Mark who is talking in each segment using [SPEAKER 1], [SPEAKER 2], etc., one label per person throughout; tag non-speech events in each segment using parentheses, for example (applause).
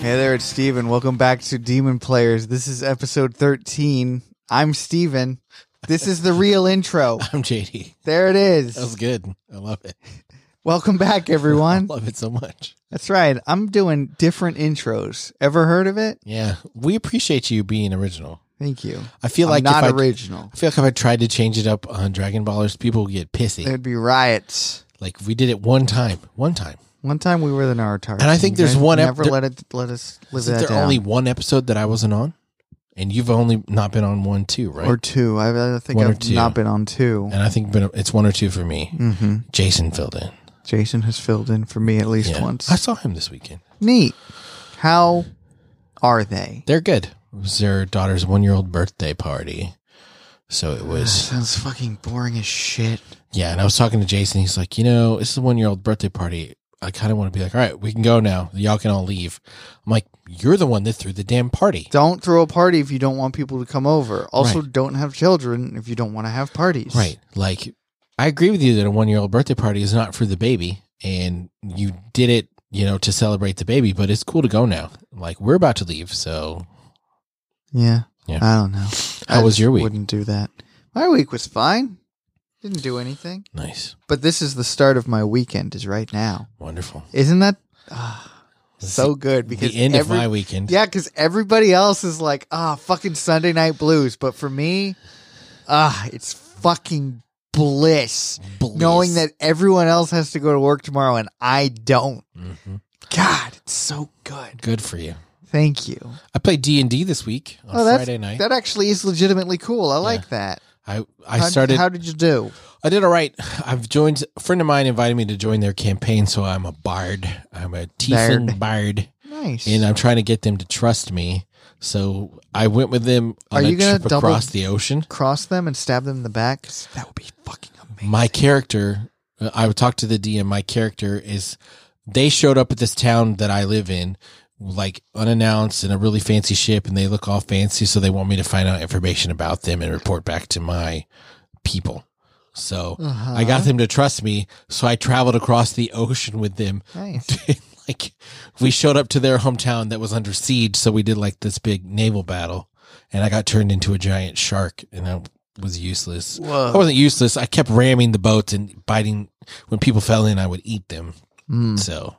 [SPEAKER 1] Hey there, it's Steven. Welcome back to Demon Players. This is episode 13. I'm Steven. This is the real intro.
[SPEAKER 2] (laughs) I'm JD.
[SPEAKER 1] There it
[SPEAKER 2] That was
[SPEAKER 1] is.
[SPEAKER 2] good. I love it. (laughs)
[SPEAKER 1] Welcome back,
[SPEAKER 2] I
[SPEAKER 1] everyone.
[SPEAKER 2] love it so much.
[SPEAKER 1] That's right. I'm doing different intros. Ever heard of it?
[SPEAKER 2] Yeah, we appreciate you being original.
[SPEAKER 1] Thank you.
[SPEAKER 2] I feel like
[SPEAKER 1] I'm not
[SPEAKER 2] if I,
[SPEAKER 1] original.
[SPEAKER 2] I feel like if I tried to change it up on Dragon Ballers, people would get pissy.
[SPEAKER 1] There'd be riots.
[SPEAKER 2] like we did it one time, one time.
[SPEAKER 1] One time we were the Naruto.
[SPEAKER 2] And I think there's one ep-
[SPEAKER 1] Never
[SPEAKER 2] there-
[SPEAKER 1] let it let us live
[SPEAKER 2] Isn't
[SPEAKER 1] that
[SPEAKER 2] there
[SPEAKER 1] down.
[SPEAKER 2] only one episode that I wasn't on? And you've only not been on one too, right?
[SPEAKER 1] or two. I, I think
[SPEAKER 2] One or
[SPEAKER 1] I've
[SPEAKER 2] two.
[SPEAKER 1] not been on two.
[SPEAKER 2] and I think been, it's one or two for me.
[SPEAKER 1] hmm
[SPEAKER 2] Jason filled in.
[SPEAKER 1] Jason has filled in for me at least
[SPEAKER 2] Yeah.
[SPEAKER 1] once.
[SPEAKER 2] I saw him this weekend.
[SPEAKER 1] Neat. How are they?
[SPEAKER 2] They're good. It was their daughter's one year old birthday party. So it was
[SPEAKER 1] Sounds fucking boring as shit.
[SPEAKER 2] Yeah, and I was talking to Jason. He's like, you know, it's the one year old birthday party. I kind of want to be like, all right, we can go now. Y'all can all leave. I'm like, you're the one that threw the damn party.
[SPEAKER 1] Don't throw a party if you don't want people to come over. Also, don't have children if you don't want to have parties.
[SPEAKER 2] Right. Like, I agree with you that a one year old birthday party is not for the baby. And you did it, you know, to celebrate the baby, but it's cool to go now. Like, we're about to leave. So,
[SPEAKER 1] Yeah.
[SPEAKER 2] Yeah.
[SPEAKER 1] I don't know.
[SPEAKER 2] how
[SPEAKER 1] I
[SPEAKER 2] was
[SPEAKER 1] just
[SPEAKER 2] your week?
[SPEAKER 1] Wouldn't do that. My week was fine. Didn't do anything.
[SPEAKER 2] Nice.
[SPEAKER 1] But this is the start of my weekend. Is right now.
[SPEAKER 2] Wonderful.
[SPEAKER 1] Isn't that ah,
[SPEAKER 2] This is
[SPEAKER 1] so good?
[SPEAKER 2] the-
[SPEAKER 1] Because
[SPEAKER 2] the end
[SPEAKER 1] every-
[SPEAKER 2] of my weekend.
[SPEAKER 1] Yeah, because everybody else is like, ah, fucking Sunday night blues. But for me, ah, it's fucking bliss,
[SPEAKER 2] Bliss.
[SPEAKER 1] knowing that everyone else has to go to work tomorrow and I don't.
[SPEAKER 2] Mhm.
[SPEAKER 1] God, it's so good.
[SPEAKER 2] Good for you.
[SPEAKER 1] Thank you.
[SPEAKER 2] I played D&D this week on
[SPEAKER 1] Oh, that's
[SPEAKER 2] Friday night.
[SPEAKER 1] that actually is legitimately cool. I like that.
[SPEAKER 2] I, I
[SPEAKER 1] How-
[SPEAKER 2] started.
[SPEAKER 1] How did you do?
[SPEAKER 2] I did all right. I've joined a friend of mine invited me to join their campaign, so I'm a bard. I'm a Tiefling bard.
[SPEAKER 1] Nice.
[SPEAKER 2] and I'm trying to get them to trust me. So I went with them on
[SPEAKER 1] Are
[SPEAKER 2] a
[SPEAKER 1] you gonna
[SPEAKER 2] trip
[SPEAKER 1] double-
[SPEAKER 2] across the ocean.
[SPEAKER 1] Cross them and stab them in the back. 'Cause That would be fucking amazing.
[SPEAKER 2] My character, uh, I would talk to the DM. My character is they showed up at this town that I live in, like unannounced in a really fancy ship, and they look all fancy, so they want me to find out information about them and report back to my people. So
[SPEAKER 1] Uh-huh.
[SPEAKER 2] I got them to trust me, so I traveled across the ocean with them. (laughs)
[SPEAKER 1] nice.
[SPEAKER 2] like we showed up to their hometown that was under siege, so we did like this big naval battle, and I got turned into a giant shark, and I was useless. I
[SPEAKER 1] Whoa.
[SPEAKER 2] wasn't useless. I kept ramming the boats and biting. When people fell in, I would eat them.
[SPEAKER 1] Mm.
[SPEAKER 2] So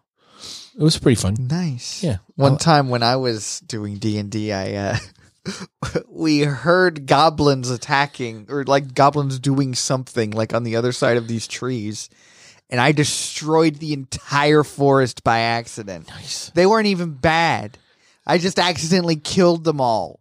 [SPEAKER 2] it was pretty fun.
[SPEAKER 1] Nice.
[SPEAKER 2] Yeah.
[SPEAKER 1] One
[SPEAKER 2] I-
[SPEAKER 1] time when I was doing D and I uh, (laughs) we heard goblins attacking or like goblins doing something like on the other side of these trees, and I destroyed the entire forest by accident.
[SPEAKER 2] Nice.
[SPEAKER 1] They weren't even bad. I just accidentally killed them all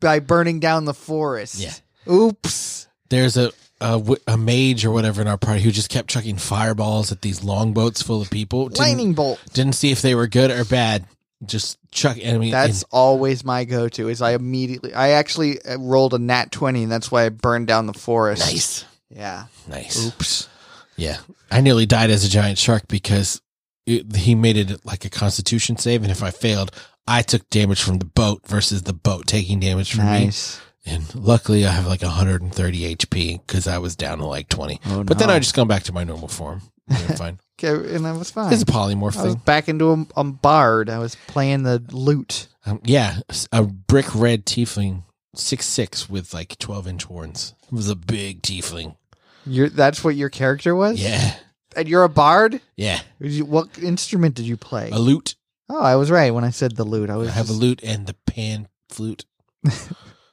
[SPEAKER 1] by burning down the forest.
[SPEAKER 2] Yeah.
[SPEAKER 1] Oops.
[SPEAKER 2] There's a, a w- a mage or whatever in our party who just kept chucking fireballs at these longboats full of people. Didn't,
[SPEAKER 1] Lightning bolt.
[SPEAKER 2] didn't see if they were good or bad. Just chuck. I mean,
[SPEAKER 1] That's always my go-to. Is I immediately I actually uh, rolled a nat twenty, and that's why I burned down the forest.
[SPEAKER 2] nice,
[SPEAKER 1] Yeah.
[SPEAKER 2] nice.
[SPEAKER 1] Oops.
[SPEAKER 2] Yeah, I nearly died as a giant shark because it, he made it like a Constitution save, and if I failed, I took damage from the boat versus the boat taking damage from me.
[SPEAKER 1] Nice.
[SPEAKER 2] And luckily, I have like 130 HP because I was down to like 20.
[SPEAKER 1] Oh,
[SPEAKER 2] But then
[SPEAKER 1] no.
[SPEAKER 2] I just gone back to my normal form. Doing
[SPEAKER 1] (laughs)
[SPEAKER 2] fine.
[SPEAKER 1] Okay, and that was fine.
[SPEAKER 2] It's a polymorph
[SPEAKER 1] I was
[SPEAKER 2] thing.
[SPEAKER 1] back into a, a bard. I was playing the lute.
[SPEAKER 2] Um, yeah, s- a brick red tiefling, six six with like 12 inch horns. It was a big tiefling.
[SPEAKER 1] You're, that's what your character was.
[SPEAKER 2] Yeah,
[SPEAKER 1] And you're a bard.
[SPEAKER 2] yeah.
[SPEAKER 1] Did you- What instrument did you play?
[SPEAKER 2] A lute.
[SPEAKER 1] oh, I was right when I said the lute. I
[SPEAKER 2] I
[SPEAKER 1] was
[SPEAKER 2] have a
[SPEAKER 1] just-
[SPEAKER 2] lute and the pan
[SPEAKER 1] (laughs)
[SPEAKER 2] flute.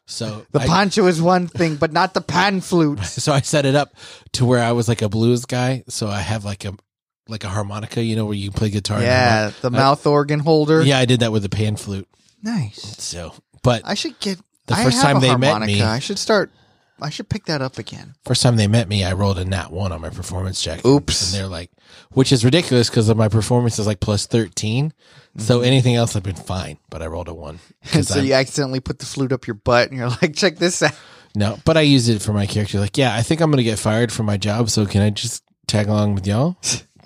[SPEAKER 2] So
[SPEAKER 1] The
[SPEAKER 2] I-
[SPEAKER 1] poncho is one thing, but not the pan flute.
[SPEAKER 2] (laughs) so I set it up to where I was like a blues guy. So I have like a like a harmonica, you know, where you play guitar. and harmonica.
[SPEAKER 1] yeah, the mouth organ holder.
[SPEAKER 2] yeah, I did that with a pan flute.
[SPEAKER 1] nice.
[SPEAKER 2] So, but
[SPEAKER 1] I should get
[SPEAKER 2] The
[SPEAKER 1] I
[SPEAKER 2] first
[SPEAKER 1] have
[SPEAKER 2] time
[SPEAKER 1] a
[SPEAKER 2] they met
[SPEAKER 1] harmonica.
[SPEAKER 2] me-
[SPEAKER 1] I should start. I should pick that up again. (laughs)
[SPEAKER 2] first time they met me, I rolled a nat one on my performance check.
[SPEAKER 1] Oops.
[SPEAKER 2] And they're like, which is ridiculous because my performance is like plus thirteen. So anything else, I've been fine. But I rolled
[SPEAKER 1] (laughs)
[SPEAKER 2] a one. (laughs)
[SPEAKER 1] And
[SPEAKER 2] 'Cause
[SPEAKER 1] Mm-hmm. so
[SPEAKER 2] I'm-
[SPEAKER 1] you accidentally put the flute up your butt, and you're like, "Check this out." (laughs)
[SPEAKER 2] No, but I used it for my character. Like, yeah, I think I'm gonna get fired from my job. So can I just tag along with y'all?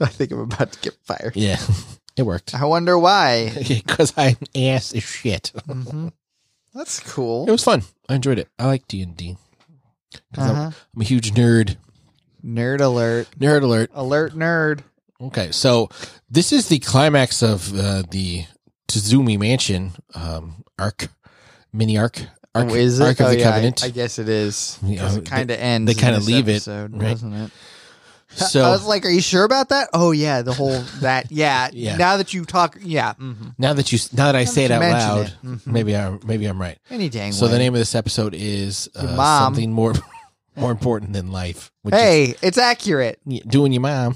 [SPEAKER 1] I think I'm about to get fired.
[SPEAKER 2] Yeah, (laughs)
[SPEAKER 1] (laughs)
[SPEAKER 2] it worked.
[SPEAKER 1] I wonder why.
[SPEAKER 2] (laughs) Because I'm ass as shit.
[SPEAKER 1] hmm That's cool.
[SPEAKER 2] Mm-hmm. It was fun. I enjoyed it. I like D and D.
[SPEAKER 1] Uh-huh.
[SPEAKER 2] I'm a huge nerd.
[SPEAKER 1] Nerd alert.
[SPEAKER 2] Nerd alert.
[SPEAKER 1] Alert nerd.
[SPEAKER 2] Okay, so this is the climax of uh, the Tazumi Mansion um, arc, mini arc, arc,
[SPEAKER 1] oh, is it?
[SPEAKER 2] arc of
[SPEAKER 1] oh,
[SPEAKER 2] the
[SPEAKER 1] yeah, I-
[SPEAKER 2] Covenant.
[SPEAKER 1] I, guess it is.
[SPEAKER 2] You know,
[SPEAKER 1] Because it kind of ends.
[SPEAKER 2] they
[SPEAKER 1] in
[SPEAKER 2] kinda
[SPEAKER 1] this
[SPEAKER 2] leave it,
[SPEAKER 1] episode,
[SPEAKER 2] right?
[SPEAKER 1] doesn't it? I was
[SPEAKER 2] (laughs) so
[SPEAKER 1] like, "Are you sure about that?" Oh yeah, the
[SPEAKER 2] (laughs)
[SPEAKER 1] whole that. Yeah,
[SPEAKER 2] Yeah.
[SPEAKER 1] Now that you talk, yeah. hmm
[SPEAKER 2] now that you now that I say it
[SPEAKER 1] that
[SPEAKER 2] out
[SPEAKER 1] you mention
[SPEAKER 2] loud,
[SPEAKER 1] it. Mhm.
[SPEAKER 2] maybe I maybe I'm right.
[SPEAKER 1] Any dang
[SPEAKER 2] So
[SPEAKER 1] way.
[SPEAKER 2] the name of this episode is
[SPEAKER 1] Your
[SPEAKER 2] uh,
[SPEAKER 1] mom.
[SPEAKER 2] something more (laughs) more important than life. Which
[SPEAKER 1] Hey, it's accurate.
[SPEAKER 2] is doing your mom,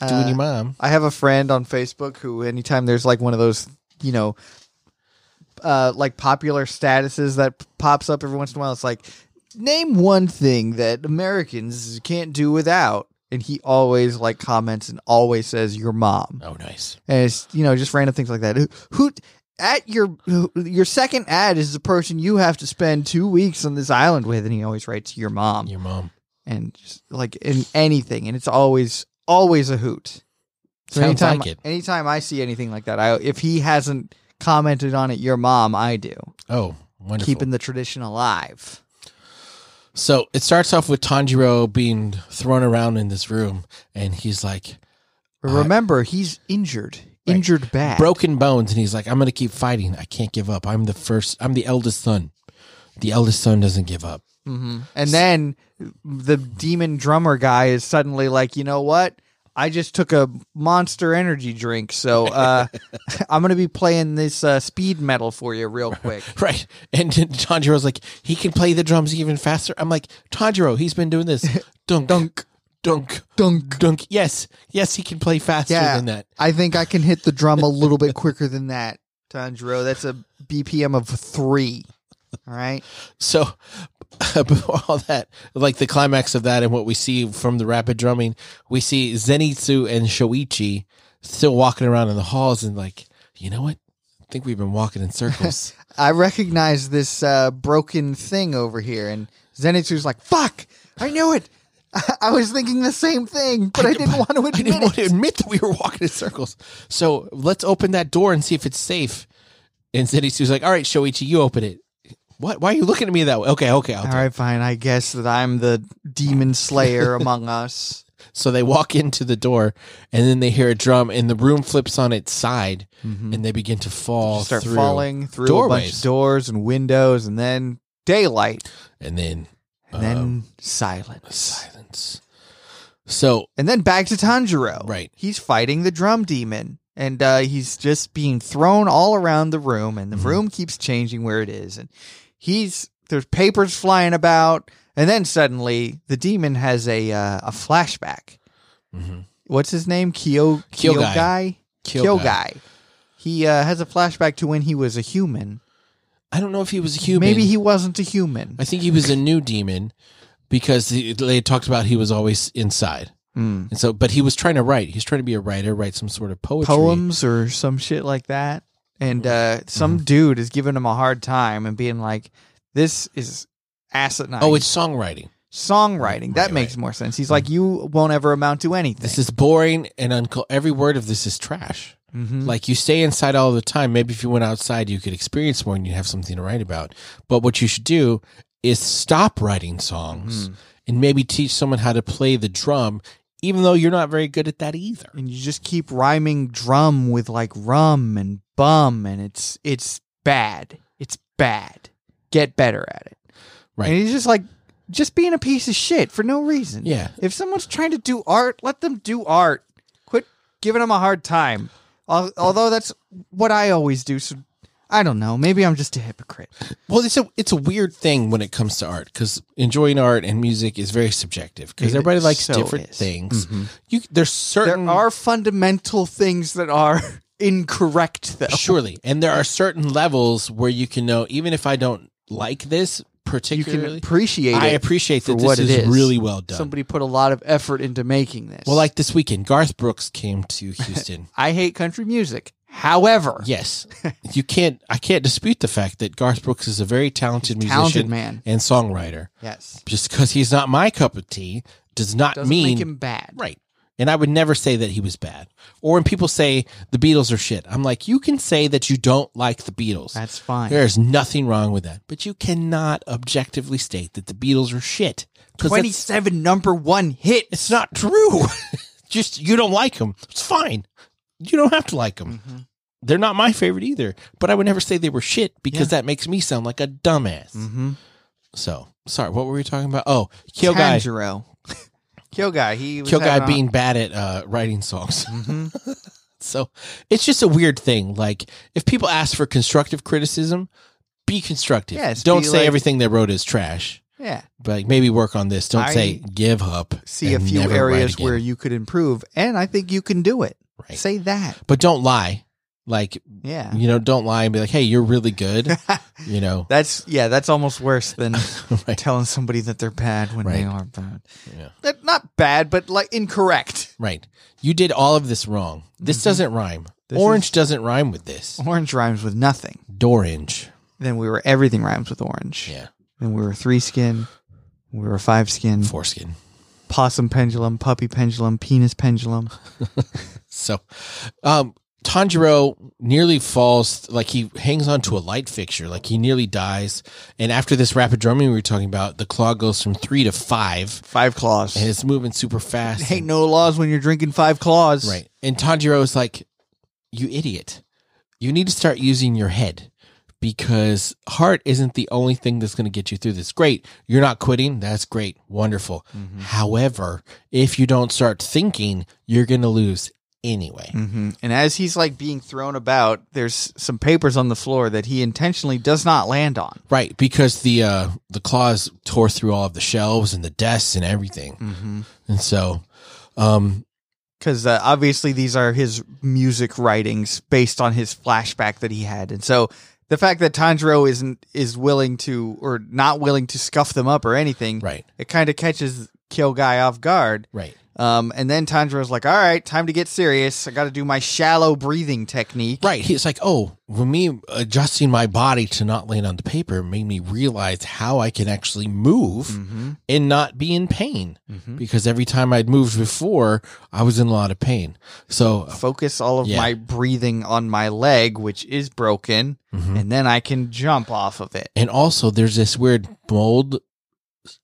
[SPEAKER 2] doing
[SPEAKER 1] Uh,
[SPEAKER 2] your mom.
[SPEAKER 1] I have a friend on Facebook who, anytime there's like one of those, you know, uh, like popular statuses that p- pops up every once in a while, it's like, name one thing that Americans can't do without. And he always like comments and always says your mom.
[SPEAKER 2] Oh, nice.
[SPEAKER 1] And it's, you know, just random things like that. Who, who at your who, your second ad is the person you have to spend two weeks on this island with. And he always writes your mom
[SPEAKER 2] Your mom.
[SPEAKER 1] and just like in anything, and it's always always a hoot. So
[SPEAKER 2] Sounds
[SPEAKER 1] anytime,
[SPEAKER 2] like it.
[SPEAKER 1] anytime I see anything like that, I if he hasn't commented on it, your mom, I do,
[SPEAKER 2] Oh, wonderful.
[SPEAKER 1] keeping the tradition alive.
[SPEAKER 2] So it starts off with Tanjiro being thrown around in this room, and he's like
[SPEAKER 1] But
[SPEAKER 2] I-
[SPEAKER 1] Remember, he's injured,
[SPEAKER 2] Right.
[SPEAKER 1] injured bad,
[SPEAKER 2] broken bones, and he's like, "I'm gonna keep fighting. I can't give up. I'm the first. I'm the eldest son. The eldest son doesn't give up." (laughs)
[SPEAKER 1] hmm And then the demon drummer guy is suddenly like, you know what? I just took a monster energy drink, so uh, (laughs) I'm going to be playing this uh, speed metal for you
[SPEAKER 2] (laughs)
[SPEAKER 1] real quick.
[SPEAKER 2] Right, and then Tanjiro's like, "He can play the drums even faster." I'm like, "Tanjiro, he's been doing (laughs) this. Dunk, dunk, dunk,
[SPEAKER 1] Dunk.
[SPEAKER 2] dunk. Yes, yes, he can play faster
[SPEAKER 1] Yeah.
[SPEAKER 2] than that."
[SPEAKER 1] I think I can hit the drum a little bit quicker than that, Tanjiro. That's a BPM of three. All right.
[SPEAKER 2] So (laughs) before all that, like the climax of that and what we see from the rapid drumming, we see Zenitsu and Shoichi still walking around in the halls and like, you know what? I think we've been walking in circles.
[SPEAKER 1] I recognize this uh, broken thing over here, and Zenitsu's like, fuck, (laughs) (laughs) I knew it. I, I was thinking the same thing, but I, didn't want to
[SPEAKER 2] (laughs) I
[SPEAKER 1] admit
[SPEAKER 2] didn't want to
[SPEAKER 1] it.
[SPEAKER 2] admit that we were walking in circles. So let's open that door and see if it's safe. And Zenitsu's like, all right, Shoichi, you open it. What? Why are you looking at me that way? Okay, okay. I'll
[SPEAKER 1] All
[SPEAKER 2] do it.
[SPEAKER 1] right, fine. I guess that I'm the demon
[SPEAKER 2] (laughs)
[SPEAKER 1] slayer among us.
[SPEAKER 2] So they walk into the door and then they hear a drum and the room flips on its side
[SPEAKER 1] Mhm.
[SPEAKER 2] and they begin to fall
[SPEAKER 1] Start
[SPEAKER 2] Mm-hmm. through.
[SPEAKER 1] falling through a bunch
[SPEAKER 2] doorways.
[SPEAKER 1] of doors and windows, and then daylight,
[SPEAKER 2] And then
[SPEAKER 1] and then
[SPEAKER 2] Um,
[SPEAKER 1] silence.
[SPEAKER 2] silence. So
[SPEAKER 1] And then back to Tanjiro.
[SPEAKER 2] Right.
[SPEAKER 1] He's fighting the drum demon. And uh, he's just being thrown all around the room, and the
[SPEAKER 2] Mhm.
[SPEAKER 1] room keeps changing where it is. And he's there's papers flying about, and then suddenly the demon has a uh, a flashback.
[SPEAKER 2] mm-hmm.
[SPEAKER 1] What's his name? Kyo
[SPEAKER 2] Kyogai.
[SPEAKER 1] Kyogai. Kyogai. He uh, has a flashback to when he was a human.
[SPEAKER 2] I don't know if he was a human.
[SPEAKER 1] Maybe he wasn't a human.
[SPEAKER 2] I think he was a new demon because he, they talked about he was always inside,
[SPEAKER 1] Hmm.
[SPEAKER 2] and so but he was trying to write. He's trying to be a writer, write some sort of poetry. Mm-hmm.
[SPEAKER 1] poems or some shit like that. And uh, some dude is giving him a hard time and being like, "This is asinine."
[SPEAKER 2] Oh, it's songwriting.
[SPEAKER 1] songwriting. That
[SPEAKER 2] Right, Mm.
[SPEAKER 1] makes more sense. He's like, "You won't ever amount to anything."
[SPEAKER 2] This is boring and uncle. Every word of this is trash.
[SPEAKER 1] Mhm.
[SPEAKER 2] Like you stay inside all the time. Maybe if you went outside, you could experience more and you'd have something to write about. But what you should do is stop writing
[SPEAKER 1] Mm-hmm.
[SPEAKER 2] songs and maybe teach someone how to play the drum, even though you're not very good at that either.
[SPEAKER 1] and you just keep rhyming drum with like rum and bum, and it's it's bad. It's bad. Get better at it.
[SPEAKER 2] Right.
[SPEAKER 1] And he's just like, just being a piece of shit for no reason.
[SPEAKER 2] Yeah.
[SPEAKER 1] If someone's trying to do art, let them do art. Quit giving them a hard time. Al- Although that's what I always do. So I don't know. Maybe I'm just a hypocrite.
[SPEAKER 2] Well, it's a it's a weird thing when it comes to art because enjoying art and music is very subjective because
[SPEAKER 1] It
[SPEAKER 2] everybody likes
[SPEAKER 1] so
[SPEAKER 2] different
[SPEAKER 1] is. Mm-hmm.
[SPEAKER 2] things. You there's certain
[SPEAKER 1] There are fundamental things that are (laughs) incorrect, though.
[SPEAKER 2] surely, and there are certain levels where you can know even if I don't like this
[SPEAKER 1] You can
[SPEAKER 2] particularly,
[SPEAKER 1] appreciate
[SPEAKER 2] I
[SPEAKER 1] it.
[SPEAKER 2] appreciate
[SPEAKER 1] for
[SPEAKER 2] that
[SPEAKER 1] what
[SPEAKER 2] this
[SPEAKER 1] it
[SPEAKER 2] is,
[SPEAKER 1] is.
[SPEAKER 2] really well done.
[SPEAKER 1] Somebody put a lot of effort into making this.
[SPEAKER 2] well, like this weekend, Garth Brooks
[SPEAKER 1] (laughs)
[SPEAKER 2] came to Houston.
[SPEAKER 1] I hate country music. However, (laughs)
[SPEAKER 2] yes, you can't I can't dispute the fact that Garth Brooks is a very talented,
[SPEAKER 1] talented
[SPEAKER 2] musician
[SPEAKER 1] man.
[SPEAKER 2] and songwriter.
[SPEAKER 1] Yes.
[SPEAKER 2] Just because he's not my cup of tea does not
[SPEAKER 1] Doesn't
[SPEAKER 2] mean
[SPEAKER 1] make him bad.
[SPEAKER 2] Right. And I would never say that he was bad. Or when people say the Beatles are shit, I'm like, you can say that you don't like the Beatles.
[SPEAKER 1] That's fine.
[SPEAKER 2] There's nothing wrong with that. But you cannot objectively state that the Beatles are shit. 'Cause that's-
[SPEAKER 1] 27 number one hit.
[SPEAKER 2] It's (laughs)
[SPEAKER 1] Mm-hmm.
[SPEAKER 2] not true. Just you don't like them. It's fine. You don't have to like them. they're not my favorite either, but I would never say they were shit because that makes me sound like a dumbass.
[SPEAKER 1] Mm-hmm.
[SPEAKER 2] So, sorry, what were we talking about? Oh, Kill Guy.
[SPEAKER 1] Tanjiro. (laughs) Kill guy. He was
[SPEAKER 2] Kill Guy
[SPEAKER 1] having
[SPEAKER 2] being bad at uh, writing songs. (laughs)
[SPEAKER 1] on- Mhm.
[SPEAKER 2] So it's just a weird thing. Like if people ask for constructive criticism, be constructive.
[SPEAKER 1] Yes,
[SPEAKER 2] Don't
[SPEAKER 1] be
[SPEAKER 2] say
[SPEAKER 1] like-
[SPEAKER 2] everything they wrote is trash.
[SPEAKER 1] Yeah.
[SPEAKER 2] But like, maybe work on this. Don't
[SPEAKER 1] I
[SPEAKER 2] say give up.
[SPEAKER 1] See a
[SPEAKER 2] and
[SPEAKER 1] few
[SPEAKER 2] never write
[SPEAKER 1] areas
[SPEAKER 2] again."
[SPEAKER 1] where you could improve, and I think you can do it.
[SPEAKER 2] Right.
[SPEAKER 1] Say that.
[SPEAKER 2] But don't lie. Like
[SPEAKER 1] Yeah.
[SPEAKER 2] you know, don't lie and be like, "Hey, you're really
[SPEAKER 1] (laughs)
[SPEAKER 2] good." you know, (laughs)
[SPEAKER 1] That's yeah. That's almost worse than
[SPEAKER 2] right?
[SPEAKER 1] telling somebody that they're bad when they
[SPEAKER 2] Right.
[SPEAKER 1] are bad.
[SPEAKER 2] Yeah.
[SPEAKER 1] That- not bad, but like incorrect.
[SPEAKER 2] Right. You did all of this wrong. This
[SPEAKER 1] Mhm.
[SPEAKER 2] doesn't rhyme.
[SPEAKER 1] This
[SPEAKER 2] orange
[SPEAKER 1] is-
[SPEAKER 2] doesn't rhyme with this.
[SPEAKER 1] Orange rhymes with nothing.
[SPEAKER 2] Dorange.
[SPEAKER 1] Then we were everything rhymes with orange.
[SPEAKER 2] Yeah.
[SPEAKER 1] Then we were three skin. We were five skin.
[SPEAKER 2] Foreskin.
[SPEAKER 1] Possum pendulum, puppy pendulum, penis pendulum.
[SPEAKER 2] So, um, Tanjiro nearly falls, like he hangs onto a light fixture, like he nearly dies. And after this rapid drumming we were talking about, the claw goes from three to five
[SPEAKER 1] Five claws.
[SPEAKER 2] and it's moving super fast.
[SPEAKER 1] Ain't no laws when you're drinking five claws.
[SPEAKER 2] right. And Tanjiro is like, You idiot. You need to start using your head because heart isn't the only thing that's going to get you through this. Great. You're not quitting. That's great. Wonderful. However, if you don't start thinking, you're going to lose anyway.
[SPEAKER 1] hmm And as he's like being thrown about, there's some papers on the floor that he intentionally does not land on.
[SPEAKER 2] Right, because the uh the claws tore through all of the shelves and the desks and everything.
[SPEAKER 1] Mm-hmm.
[SPEAKER 2] And so um
[SPEAKER 1] because uh, obviously these are his music writings based on his flashback that he had, and so the fact that Tanjiro isn't is willing to or not willing to scuff them up or anything,
[SPEAKER 2] right,
[SPEAKER 1] it kind of catches Kill Guy off guard.
[SPEAKER 2] right.
[SPEAKER 1] Um, and then Tanjiro's like, "All right, time to get serious. I got to do my shallow breathing technique."
[SPEAKER 2] Right. He's like, "Oh, when me adjusting my body to not land on the paper made me realize how I can actually move
[SPEAKER 1] Mm-hmm.
[SPEAKER 2] and not be in pain
[SPEAKER 1] Mm-hmm.
[SPEAKER 2] because every time I'd moved before, I was in a lot of pain." So,
[SPEAKER 1] Focus all of
[SPEAKER 2] Yeah.
[SPEAKER 1] my breathing on my leg, which is broken,
[SPEAKER 2] mhm.
[SPEAKER 1] and then I can jump off of it.
[SPEAKER 2] and also there's this weird mold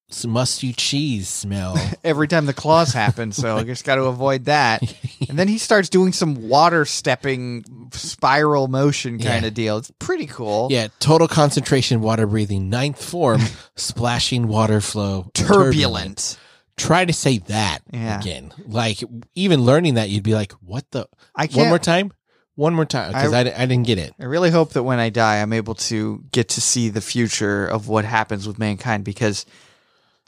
[SPEAKER 2] s- musty cheese smell.
[SPEAKER 1] every time the claws happen, so I just got to avoid that.
[SPEAKER 2] (laughs)
[SPEAKER 1] And then he starts doing some water stepping spiral motion
[SPEAKER 2] Yeah.
[SPEAKER 1] kind of deal. It's pretty cool.
[SPEAKER 2] Yeah, total concentration, water breathing, ninth
[SPEAKER 1] (laughs)
[SPEAKER 2] form, splashing water flow,
[SPEAKER 1] Turbulent.
[SPEAKER 2] Try to say that
[SPEAKER 1] Yeah.
[SPEAKER 2] again. Like even learning that, you'd be like, "What the?"
[SPEAKER 1] I
[SPEAKER 2] One
[SPEAKER 1] can't.
[SPEAKER 2] more time, one more time, because I, di- I didn't get it. (laughs)
[SPEAKER 1] I really hope that when I die, I'm able to get to see the future of what happens with mankind because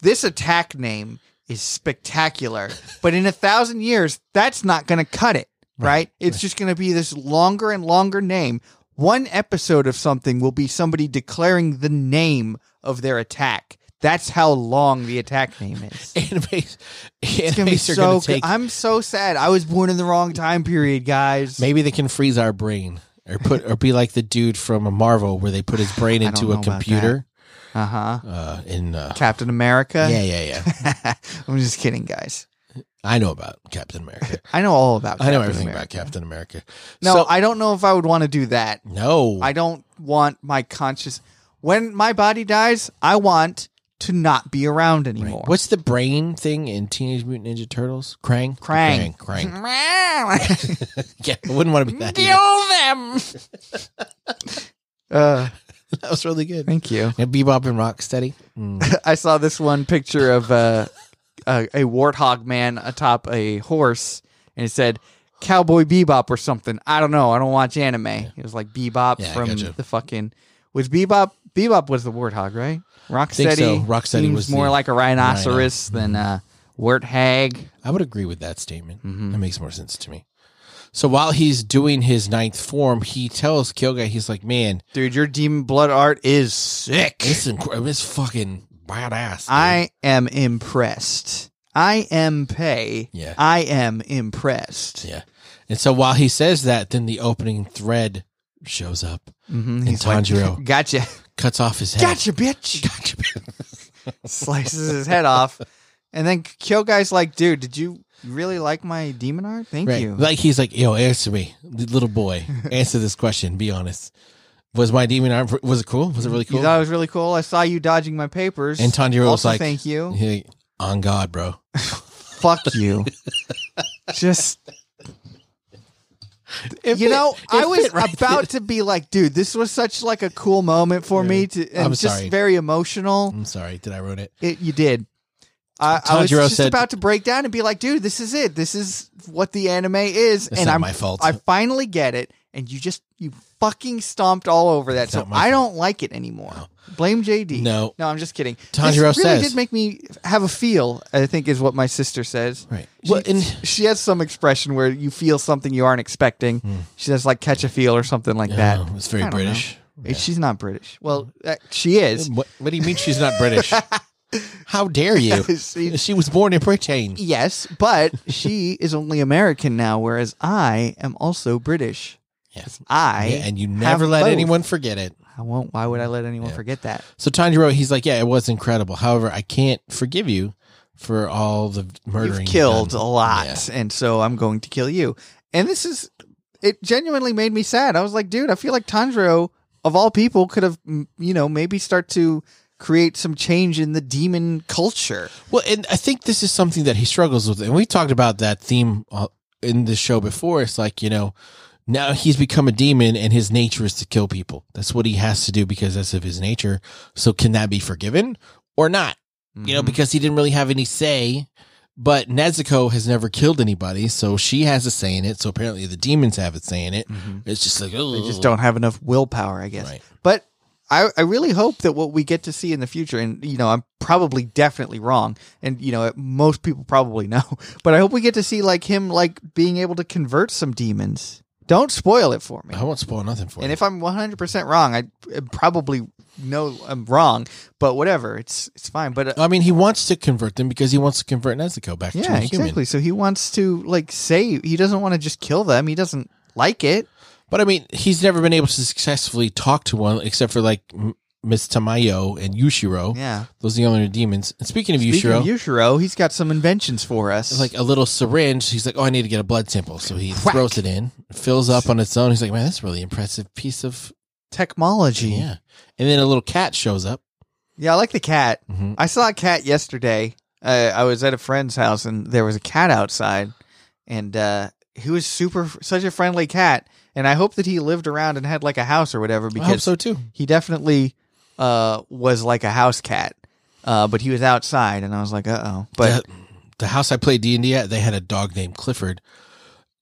[SPEAKER 1] this attack name is (laughs) spectacular. but in a thousand years, that's not going to cut it, right? It's just going to be this longer and longer name. One episode of something will be somebody declaring the name of their attack. That's how long the attack name (laughs) is.
[SPEAKER 2] Animes,
[SPEAKER 1] It's gonna be
[SPEAKER 2] animes
[SPEAKER 1] so.
[SPEAKER 2] are going
[SPEAKER 1] good.
[SPEAKER 2] to take.
[SPEAKER 1] I'm so sad. I was born in the wrong time period, guys.
[SPEAKER 2] maybe they can freeze our brain, or put, or be like the dude from a Marvel where they put his brain
[SPEAKER 1] (sighs) I don't
[SPEAKER 2] into
[SPEAKER 1] know
[SPEAKER 2] a
[SPEAKER 1] about
[SPEAKER 2] computer.
[SPEAKER 1] Uh huh.
[SPEAKER 2] Uh, in uh,
[SPEAKER 1] (laughs) Captain America.
[SPEAKER 2] yeah, yeah, yeah.
[SPEAKER 1] (laughs) I'm just kidding, guys.
[SPEAKER 2] I know about Captain America.
[SPEAKER 1] I know all about.
[SPEAKER 2] I know
[SPEAKER 1] Captain
[SPEAKER 2] everything
[SPEAKER 1] America.
[SPEAKER 2] about Captain America.
[SPEAKER 1] No,
[SPEAKER 2] So-
[SPEAKER 1] I don't know if I would want to do that.
[SPEAKER 2] no,
[SPEAKER 1] I don't want my conscious. When my body dies, I want to not be around
[SPEAKER 2] Right.
[SPEAKER 1] anymore. (laughs)
[SPEAKER 2] What's the brain thing in Teenage Mutant Ninja Turtles? Krang?
[SPEAKER 1] Krang.
[SPEAKER 2] Krang. (laughs) Krang. yeah, I wouldn't want to be that. either.
[SPEAKER 1] Kill
[SPEAKER 2] (laughs)
[SPEAKER 1] them. uh,
[SPEAKER 2] That was really good.
[SPEAKER 1] thank you.
[SPEAKER 2] And Bebop and Rocksteady. Mm.
[SPEAKER 1] I saw this one picture of uh, a, a warthog man atop a horse, and it said "Cowboy Bebop" or something. I don't know. I don't watch anime. It was like Bebop
[SPEAKER 2] Yeah, I
[SPEAKER 1] from
[SPEAKER 2] gotcha.
[SPEAKER 1] the fucking was Bebop. Bebop was the warthog, right?
[SPEAKER 2] Think
[SPEAKER 1] Rocksteady.
[SPEAKER 2] so. Rocksteady
[SPEAKER 1] seems
[SPEAKER 2] was
[SPEAKER 1] more
[SPEAKER 2] the Mm-hmm.
[SPEAKER 1] like a rhinoceros than a warthog.
[SPEAKER 2] I would agree with that statement.
[SPEAKER 1] Mhm.
[SPEAKER 2] That makes more sense to me. So while he's doing his ninth form, he tells Kyoga, he's like, man,
[SPEAKER 1] Dude, your demon blood art is sick.
[SPEAKER 2] it's, inc- it's fucking badass. dude."
[SPEAKER 1] I am impressed. I am pay.
[SPEAKER 2] Yeah.
[SPEAKER 1] I am impressed.
[SPEAKER 2] Yeah. And so while he says that, then the opening thread shows up,
[SPEAKER 1] hmm
[SPEAKER 2] and
[SPEAKER 1] (laughs)
[SPEAKER 2] Tanjiro
[SPEAKER 1] gotcha.
[SPEAKER 2] cuts off his
[SPEAKER 1] (laughs)
[SPEAKER 2] head.
[SPEAKER 1] Gotcha, bitch.
[SPEAKER 2] Gotcha.
[SPEAKER 1] slices his head off. And then Kill Guy's like, dude, did you really like my demon art? Thank
[SPEAKER 2] Right.
[SPEAKER 1] you.
[SPEAKER 2] Like he's like, yo, answer me, little boy,
[SPEAKER 1] (laughs)
[SPEAKER 2] answer this question. Be honest. Was my demon arm? Was it cool? Was it really
[SPEAKER 1] You
[SPEAKER 2] cool?
[SPEAKER 1] thought it was really cool. I saw you dodging my papers.
[SPEAKER 2] and Tanjiro was
[SPEAKER 1] also,
[SPEAKER 2] like,
[SPEAKER 1] thank
[SPEAKER 2] (laughs)
[SPEAKER 1] you.
[SPEAKER 2] "Hey, on God, bro.
[SPEAKER 1] Fuck you. Just
[SPEAKER 2] (laughs) It
[SPEAKER 1] you
[SPEAKER 2] fit-
[SPEAKER 1] know,
[SPEAKER 2] it
[SPEAKER 1] I was
[SPEAKER 2] fit right
[SPEAKER 1] about to be like, dude, this was such like a cool moment for me to, and
[SPEAKER 2] I'm
[SPEAKER 1] just
[SPEAKER 2] sorry.
[SPEAKER 1] very emotional.
[SPEAKER 2] I'm sorry, did I ruin it?
[SPEAKER 1] It, you did. I, I was
[SPEAKER 2] Tanjiro
[SPEAKER 1] just
[SPEAKER 2] said-
[SPEAKER 1] about to break down and be like, dude, this is it. This is what the anime is,
[SPEAKER 2] That's
[SPEAKER 1] and
[SPEAKER 2] not
[SPEAKER 1] I'm
[SPEAKER 2] my fault.
[SPEAKER 1] I finally get it. And you just you fucking stomped all over that,
[SPEAKER 2] It's
[SPEAKER 1] so
[SPEAKER 2] not my
[SPEAKER 1] I don't like it anymore. Blame JD.
[SPEAKER 2] no,
[SPEAKER 1] No, I'm just kidding. this
[SPEAKER 2] Tanjiro
[SPEAKER 1] really
[SPEAKER 2] says.
[SPEAKER 1] did make me have a feel. I think is what my sister says.
[SPEAKER 2] right.
[SPEAKER 1] She,
[SPEAKER 2] Well, and
[SPEAKER 1] she has some expression where you feel something you aren't expecting. She says like catch a feel or something like that.
[SPEAKER 2] Hmm. Oh, it's very
[SPEAKER 1] I don't know.
[SPEAKER 2] British. Mm-hmm.
[SPEAKER 1] Eh, She's not British. Well, uh, she is.
[SPEAKER 2] What, what do you mean she's
[SPEAKER 1] (laughs)
[SPEAKER 2] not British? How dare you?
[SPEAKER 1] She-
[SPEAKER 2] She was born in Britain.
[SPEAKER 1] yes,
[SPEAKER 2] (laughs)
[SPEAKER 1] but she is only American now, whereas I am also British.
[SPEAKER 2] Yes.
[SPEAKER 1] I
[SPEAKER 2] Yeah, and you never let
[SPEAKER 1] both.
[SPEAKER 2] anyone forget it.
[SPEAKER 1] I won't. Why would I let anyone forget that?
[SPEAKER 2] So Tanjiro, he's like, yeah, it was incredible. However, I can't forgive you for all the murdering
[SPEAKER 1] You've
[SPEAKER 2] you've
[SPEAKER 1] killed
[SPEAKER 2] done."
[SPEAKER 1] a lot,
[SPEAKER 2] Yeah.
[SPEAKER 1] and so I'm going to kill you. And this is it. Genuinely made me sad. I was like, dude, I feel like Tanjiro of all people could have, mm, you know, maybe start to create some change in the demon culture.
[SPEAKER 2] Well, and I think this is something that he struggles with, and we talked about that theme uh, in the show before. It's like you know, now he's become a demon, and his nature is to kill people. That's what he has to do because that's of his nature. So, can that be forgiven or not? You know,
[SPEAKER 1] Mhm.
[SPEAKER 2] because he didn't really have any say. But Nezuko has never killed anybody, so she has a say in it. So apparently, the demons have a say in it.
[SPEAKER 1] Mhm.
[SPEAKER 2] It's just like
[SPEAKER 1] they just
[SPEAKER 2] ugh.
[SPEAKER 1] don't have enough willpower, I guess.
[SPEAKER 2] Right.
[SPEAKER 1] But I, I really hope that what we get to see in the future, and you know, I'm probably definitely wrong, and you know, most people probably (laughs) know, but I hope we get to see like him like being able to convert some demons. Don't spoil it for me.
[SPEAKER 2] I won't spoil nothing for
[SPEAKER 1] And
[SPEAKER 2] you.
[SPEAKER 1] if I'm 100% wrong, I uh, probably know I'm wrong, but whatever, it's it's fine. But uh,
[SPEAKER 2] I mean, he wants to convert them because he wants to convert Nezuko back to a
[SPEAKER 1] yeah,
[SPEAKER 2] Oh, human.
[SPEAKER 1] exactly. So he wants to like save. He doesn't want to just kill them. He doesn't like it.
[SPEAKER 2] But I mean, he's never been able to successfully talk to one except for like M- Miss Tamayo and Yushiro.
[SPEAKER 1] Yeah.
[SPEAKER 2] Those are the only demons. And speaking of
[SPEAKER 1] Speaking
[SPEAKER 2] Oh. Yushiro,
[SPEAKER 1] of Yushiro, he's got some inventions for us.
[SPEAKER 2] it's like a little syringe. He's like, "Oh, I need to get a blood sample." So he
[SPEAKER 1] Whack.
[SPEAKER 2] throws it in, fills up on its own. He's like, "Man, that's a really impressive piece of
[SPEAKER 1] technology. Yeah.
[SPEAKER 2] yeah." And then a little cat shows up.
[SPEAKER 1] I like the cat.
[SPEAKER 2] hmm
[SPEAKER 1] I saw a cat yesterday. Uh, I was at a friend's house and there was a cat outside, and uh, he was super such a friendly cat. And I hope that he lived around and had like a house or whatever
[SPEAKER 2] I hope
[SPEAKER 1] because
[SPEAKER 2] so too.
[SPEAKER 1] he definitely uh, was like a house cat. Uh, but he was outside, and I was like, "Uh oh!" But
[SPEAKER 2] the, the house I played D and D at, they had a dog named Clifford.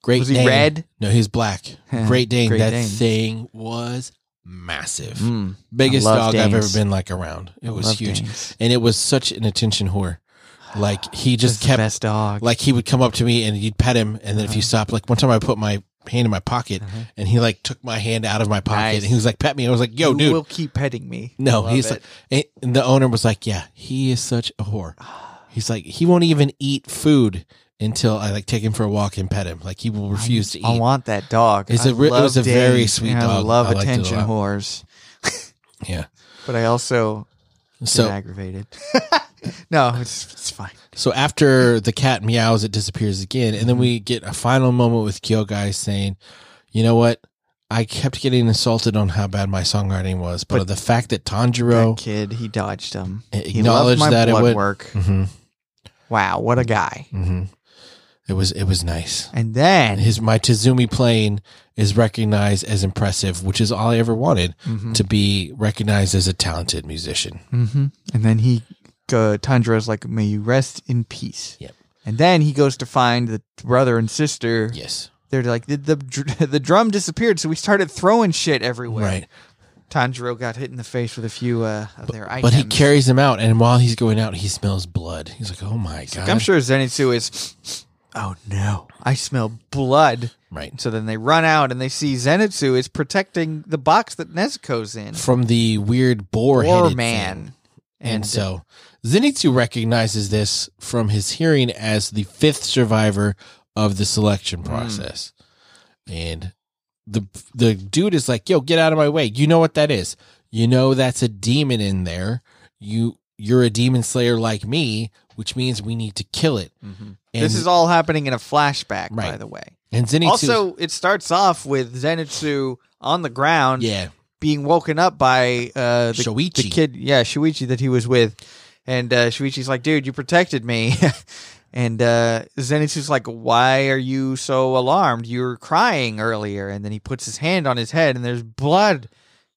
[SPEAKER 2] Great
[SPEAKER 1] Was he
[SPEAKER 2] Dane.
[SPEAKER 1] red?
[SPEAKER 2] No, he's
[SPEAKER 1] (laughs)
[SPEAKER 2] black. Great Dane.
[SPEAKER 1] Great
[SPEAKER 2] that
[SPEAKER 1] Dane.
[SPEAKER 2] thing was massive.
[SPEAKER 1] mm,
[SPEAKER 2] Biggest
[SPEAKER 1] love
[SPEAKER 2] dog I've
[SPEAKER 1] Danes.
[SPEAKER 2] ever been like around. It was
[SPEAKER 1] love
[SPEAKER 2] huge.
[SPEAKER 1] Danes.
[SPEAKER 2] and it was such an attention whore. Like he just
[SPEAKER 1] That's the
[SPEAKER 2] kept
[SPEAKER 1] best Uh-huh. dog.
[SPEAKER 2] like he would come up to me and you'd pet him, and then if you stopped, like one time I put my hand in my pocket and he like took my hand out of my pocket
[SPEAKER 1] Uh-huh. Nice.
[SPEAKER 2] and he was like pet me. I was like, "Yo,
[SPEAKER 1] you
[SPEAKER 2] dude."
[SPEAKER 1] will keep petting me.
[SPEAKER 2] no,
[SPEAKER 1] Love
[SPEAKER 2] he's
[SPEAKER 1] it.
[SPEAKER 2] like, and- and the owner was like, "Yeah, he is such a whore."
[SPEAKER 1] Ah.
[SPEAKER 2] He's like, he won't even eat food until I like take him for a walk and pet him. Like he will refuse to eat.
[SPEAKER 1] I want that dog.
[SPEAKER 2] It's
[SPEAKER 1] I
[SPEAKER 2] a re- it
[SPEAKER 1] love
[SPEAKER 2] was a very
[SPEAKER 1] Danes.
[SPEAKER 2] sweet
[SPEAKER 1] And I
[SPEAKER 2] dog.
[SPEAKER 1] love
[SPEAKER 2] I liked it a
[SPEAKER 1] attention
[SPEAKER 2] lot.
[SPEAKER 1] whores,
[SPEAKER 2] yeah.
[SPEAKER 1] but I also
[SPEAKER 2] So
[SPEAKER 1] get
[SPEAKER 2] (laughs)
[SPEAKER 1] aggravated. (laughs) no, it's it's fine.
[SPEAKER 2] So after the cat meows, it disappears again, and then we get a final moment with Kyogai saying, "You know what? I kept getting insulted on how bad my songwriting was, but,
[SPEAKER 1] But-
[SPEAKER 2] the fact that Tanjiro
[SPEAKER 1] That kid, he dodged him.
[SPEAKER 2] A-
[SPEAKER 1] He loved
[SPEAKER 2] Eh, acknowledge
[SPEAKER 1] my
[SPEAKER 2] that it
[SPEAKER 1] blood
[SPEAKER 2] would-
[SPEAKER 1] work.
[SPEAKER 2] Mhm,
[SPEAKER 1] Wow, what a guy!
[SPEAKER 2] mhm. it was it was nice.
[SPEAKER 1] And then
[SPEAKER 2] And his my Tazumi plane is recognized as impressive, which is all I ever wanted
[SPEAKER 1] Mhm.
[SPEAKER 2] to be recognized as a talented musician.
[SPEAKER 1] hmm And then he, uh, Tanjiro's like, "May you rest in peace."
[SPEAKER 2] Yep.
[SPEAKER 1] And then he goes to find the brother and sister.
[SPEAKER 2] Yes,
[SPEAKER 1] They're like, the, the dr- (laughs) the drum disappeared, so we started throwing shit everywhere.
[SPEAKER 2] right.
[SPEAKER 1] Tanjiro got hit in the face with a few uh, of their items.
[SPEAKER 2] But he carries him out, and while he's going out, he smells blood. He's like, "Oh my god!"
[SPEAKER 1] I'm sure Zenitsu is. Oh no! I smell blood.
[SPEAKER 2] Right.
[SPEAKER 1] So then they run out and they see Zenitsu is protecting the box that Nezuko's in.
[SPEAKER 2] from the weird boar
[SPEAKER 1] War
[SPEAKER 2] headed
[SPEAKER 1] man.
[SPEAKER 2] And, uh, so Zenitsu recognizes this from his hearing as the fifth survivor of the selection
[SPEAKER 1] Hmm.
[SPEAKER 2] process. And the the dude is like, "Yo, get out of my way. You know what that is. You know that's a demon in there. You you're a demon slayer like me, which means we need to kill it."
[SPEAKER 1] Mhm.
[SPEAKER 2] And,
[SPEAKER 1] this is all happening in a flashback, by
[SPEAKER 2] Right.
[SPEAKER 1] the way.
[SPEAKER 2] and Zenitsu
[SPEAKER 1] Also, it starts off with Zenitsu on the ground
[SPEAKER 2] yeah,
[SPEAKER 1] being woken up by uh, the,
[SPEAKER 2] Shoichi.
[SPEAKER 1] the kid, yeah, Shuichi that he was with. And uh, Shuichi's like, dude, you protected me. (laughs) And uh, Zenitsu's like, Why are you so alarmed? You were crying earlier. And then he puts his hand on his head and there's blood.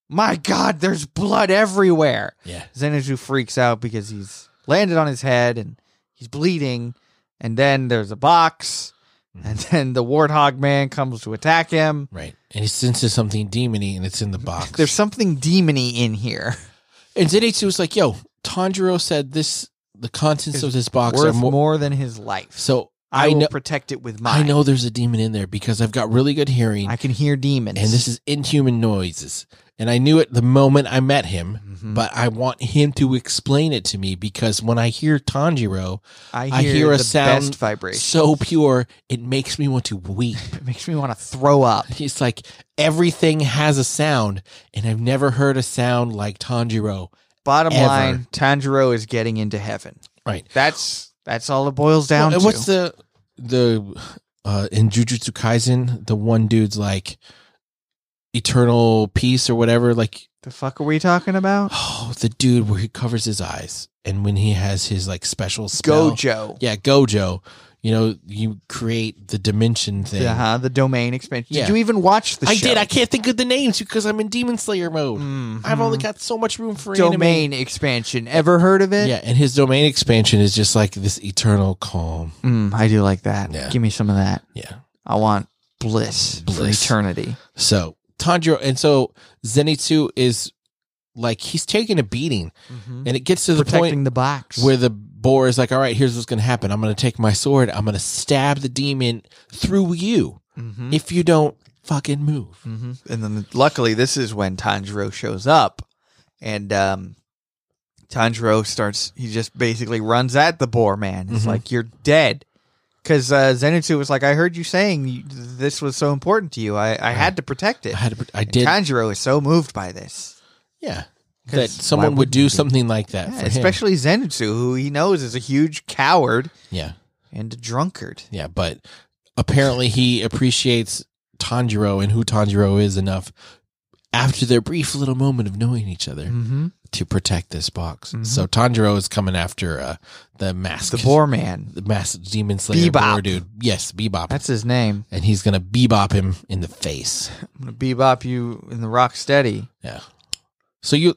[SPEAKER 1] My God, there's blood everywhere.
[SPEAKER 2] Yeah.
[SPEAKER 1] Zenitsu freaks out because he's landed on his head and he's bleeding. And then there's a box. And (laughs) then the warthog man comes to attack him.
[SPEAKER 2] Right. And he senses something demony and it's in the
[SPEAKER 1] (laughs)
[SPEAKER 2] box.
[SPEAKER 1] There's something demony in here.
[SPEAKER 2] and Zenitsu was like, yo, Tanjiro said this, the contents of this box are
[SPEAKER 1] Worth
[SPEAKER 2] more.
[SPEAKER 1] more than his life.
[SPEAKER 2] So
[SPEAKER 1] I,
[SPEAKER 2] I
[SPEAKER 1] will
[SPEAKER 2] know-
[SPEAKER 1] protect it with
[SPEAKER 2] I
[SPEAKER 1] mine.
[SPEAKER 2] know there's a demon in there because I've got really good hearing
[SPEAKER 1] I can hear demons.
[SPEAKER 2] and this is inhuman noises. And I knew it the moment I met him,
[SPEAKER 1] Mhm.
[SPEAKER 2] but I want him to explain it to me because when I hear Tanjiro
[SPEAKER 1] I
[SPEAKER 2] I hear a
[SPEAKER 1] the
[SPEAKER 2] sound-
[SPEAKER 1] best vibration.
[SPEAKER 2] so pure, it makes me want
[SPEAKER 1] (laughs)
[SPEAKER 2] to weep.
[SPEAKER 1] It makes me want to throw up.
[SPEAKER 2] It's like everything has a sound, and I've never heard a sound like Tanjiro.
[SPEAKER 1] Bottom
[SPEAKER 2] Ever.
[SPEAKER 1] line, Tanjiro is getting into heaven.
[SPEAKER 2] Right.
[SPEAKER 1] That's that's all it boils down
[SPEAKER 2] and
[SPEAKER 1] to.
[SPEAKER 2] what's the the uh in Jujutsu Kaisen, the one dude's like eternal peace or whatever, like
[SPEAKER 1] the fuck are we talking about?
[SPEAKER 2] oh the dude where he covers his eyes and when he has his like special spell.
[SPEAKER 1] (gasps) Gojo.
[SPEAKER 2] Yeah, Gojo. You know, you create the dimension thing.
[SPEAKER 1] Uh-huh, the domain expansion.
[SPEAKER 2] Yeah.
[SPEAKER 1] Did you even watch the
[SPEAKER 2] I
[SPEAKER 1] show?
[SPEAKER 2] did. I can't think of the names because I'm in Demon Slayer mode.
[SPEAKER 1] Mhm.
[SPEAKER 2] I've only got so much room for anime.
[SPEAKER 1] domain expansion. Ever heard of it?
[SPEAKER 2] Yeah, and his domain expansion is just like this eternal calm.
[SPEAKER 1] Mm, I do like that.
[SPEAKER 2] Yeah.
[SPEAKER 1] Give me some of that.
[SPEAKER 2] Yeah.
[SPEAKER 1] I want bliss, for
[SPEAKER 2] Bliss.
[SPEAKER 1] eternity.
[SPEAKER 2] So Tanjiro, and so Zenitsu is like he's taking a beating,
[SPEAKER 1] Mm-hmm.
[SPEAKER 2] and it gets to the
[SPEAKER 1] Protecting
[SPEAKER 2] point
[SPEAKER 1] the box.
[SPEAKER 2] where the boar is like, "All right, here's what's going to happen. I'm going to take my sword. I'm going to stab the demon through you
[SPEAKER 1] Mhm.
[SPEAKER 2] if you don't fucking move."
[SPEAKER 1] Mm-hmm. And then luckily, this is when Tanjiro shows up, and um, Tanjiro starts. He just basically runs at the boar man. It's
[SPEAKER 2] Mhm.
[SPEAKER 1] like you're dead, because uh, Zenitsu was like, "I heard you saying you, this was so important to you. I, I had to protect it."
[SPEAKER 2] I had, to, I
[SPEAKER 1] And
[SPEAKER 2] did,
[SPEAKER 1] Tanjiro is so moved by this,
[SPEAKER 2] yeah.
[SPEAKER 1] 'Cause
[SPEAKER 2] That someone
[SPEAKER 1] why
[SPEAKER 2] would
[SPEAKER 1] wouldn't you
[SPEAKER 2] do
[SPEAKER 1] be?
[SPEAKER 2] something like that,
[SPEAKER 1] Yeah,
[SPEAKER 2] for him.
[SPEAKER 1] especially Zenitsu, who he knows is a huge coward
[SPEAKER 2] yeah,
[SPEAKER 1] and a drunkard.
[SPEAKER 2] yeah. But apparently, he appreciates Tanjiro and who Tanjiro is enough. After their brief little moment of knowing each other,
[SPEAKER 1] Mm-hmm.
[SPEAKER 2] to protect this box.
[SPEAKER 1] Mhm.
[SPEAKER 2] So Tanjiro is coming after uh, the mask,
[SPEAKER 1] The boar man.
[SPEAKER 2] the mask demon slayer
[SPEAKER 1] Bebop.
[SPEAKER 2] boar dude. Yes, bebop,
[SPEAKER 1] That's his name.
[SPEAKER 2] and he's gonna bebop him in the face.
[SPEAKER 1] I'm gonna bebop you in the rock steady.
[SPEAKER 2] Yeah. So you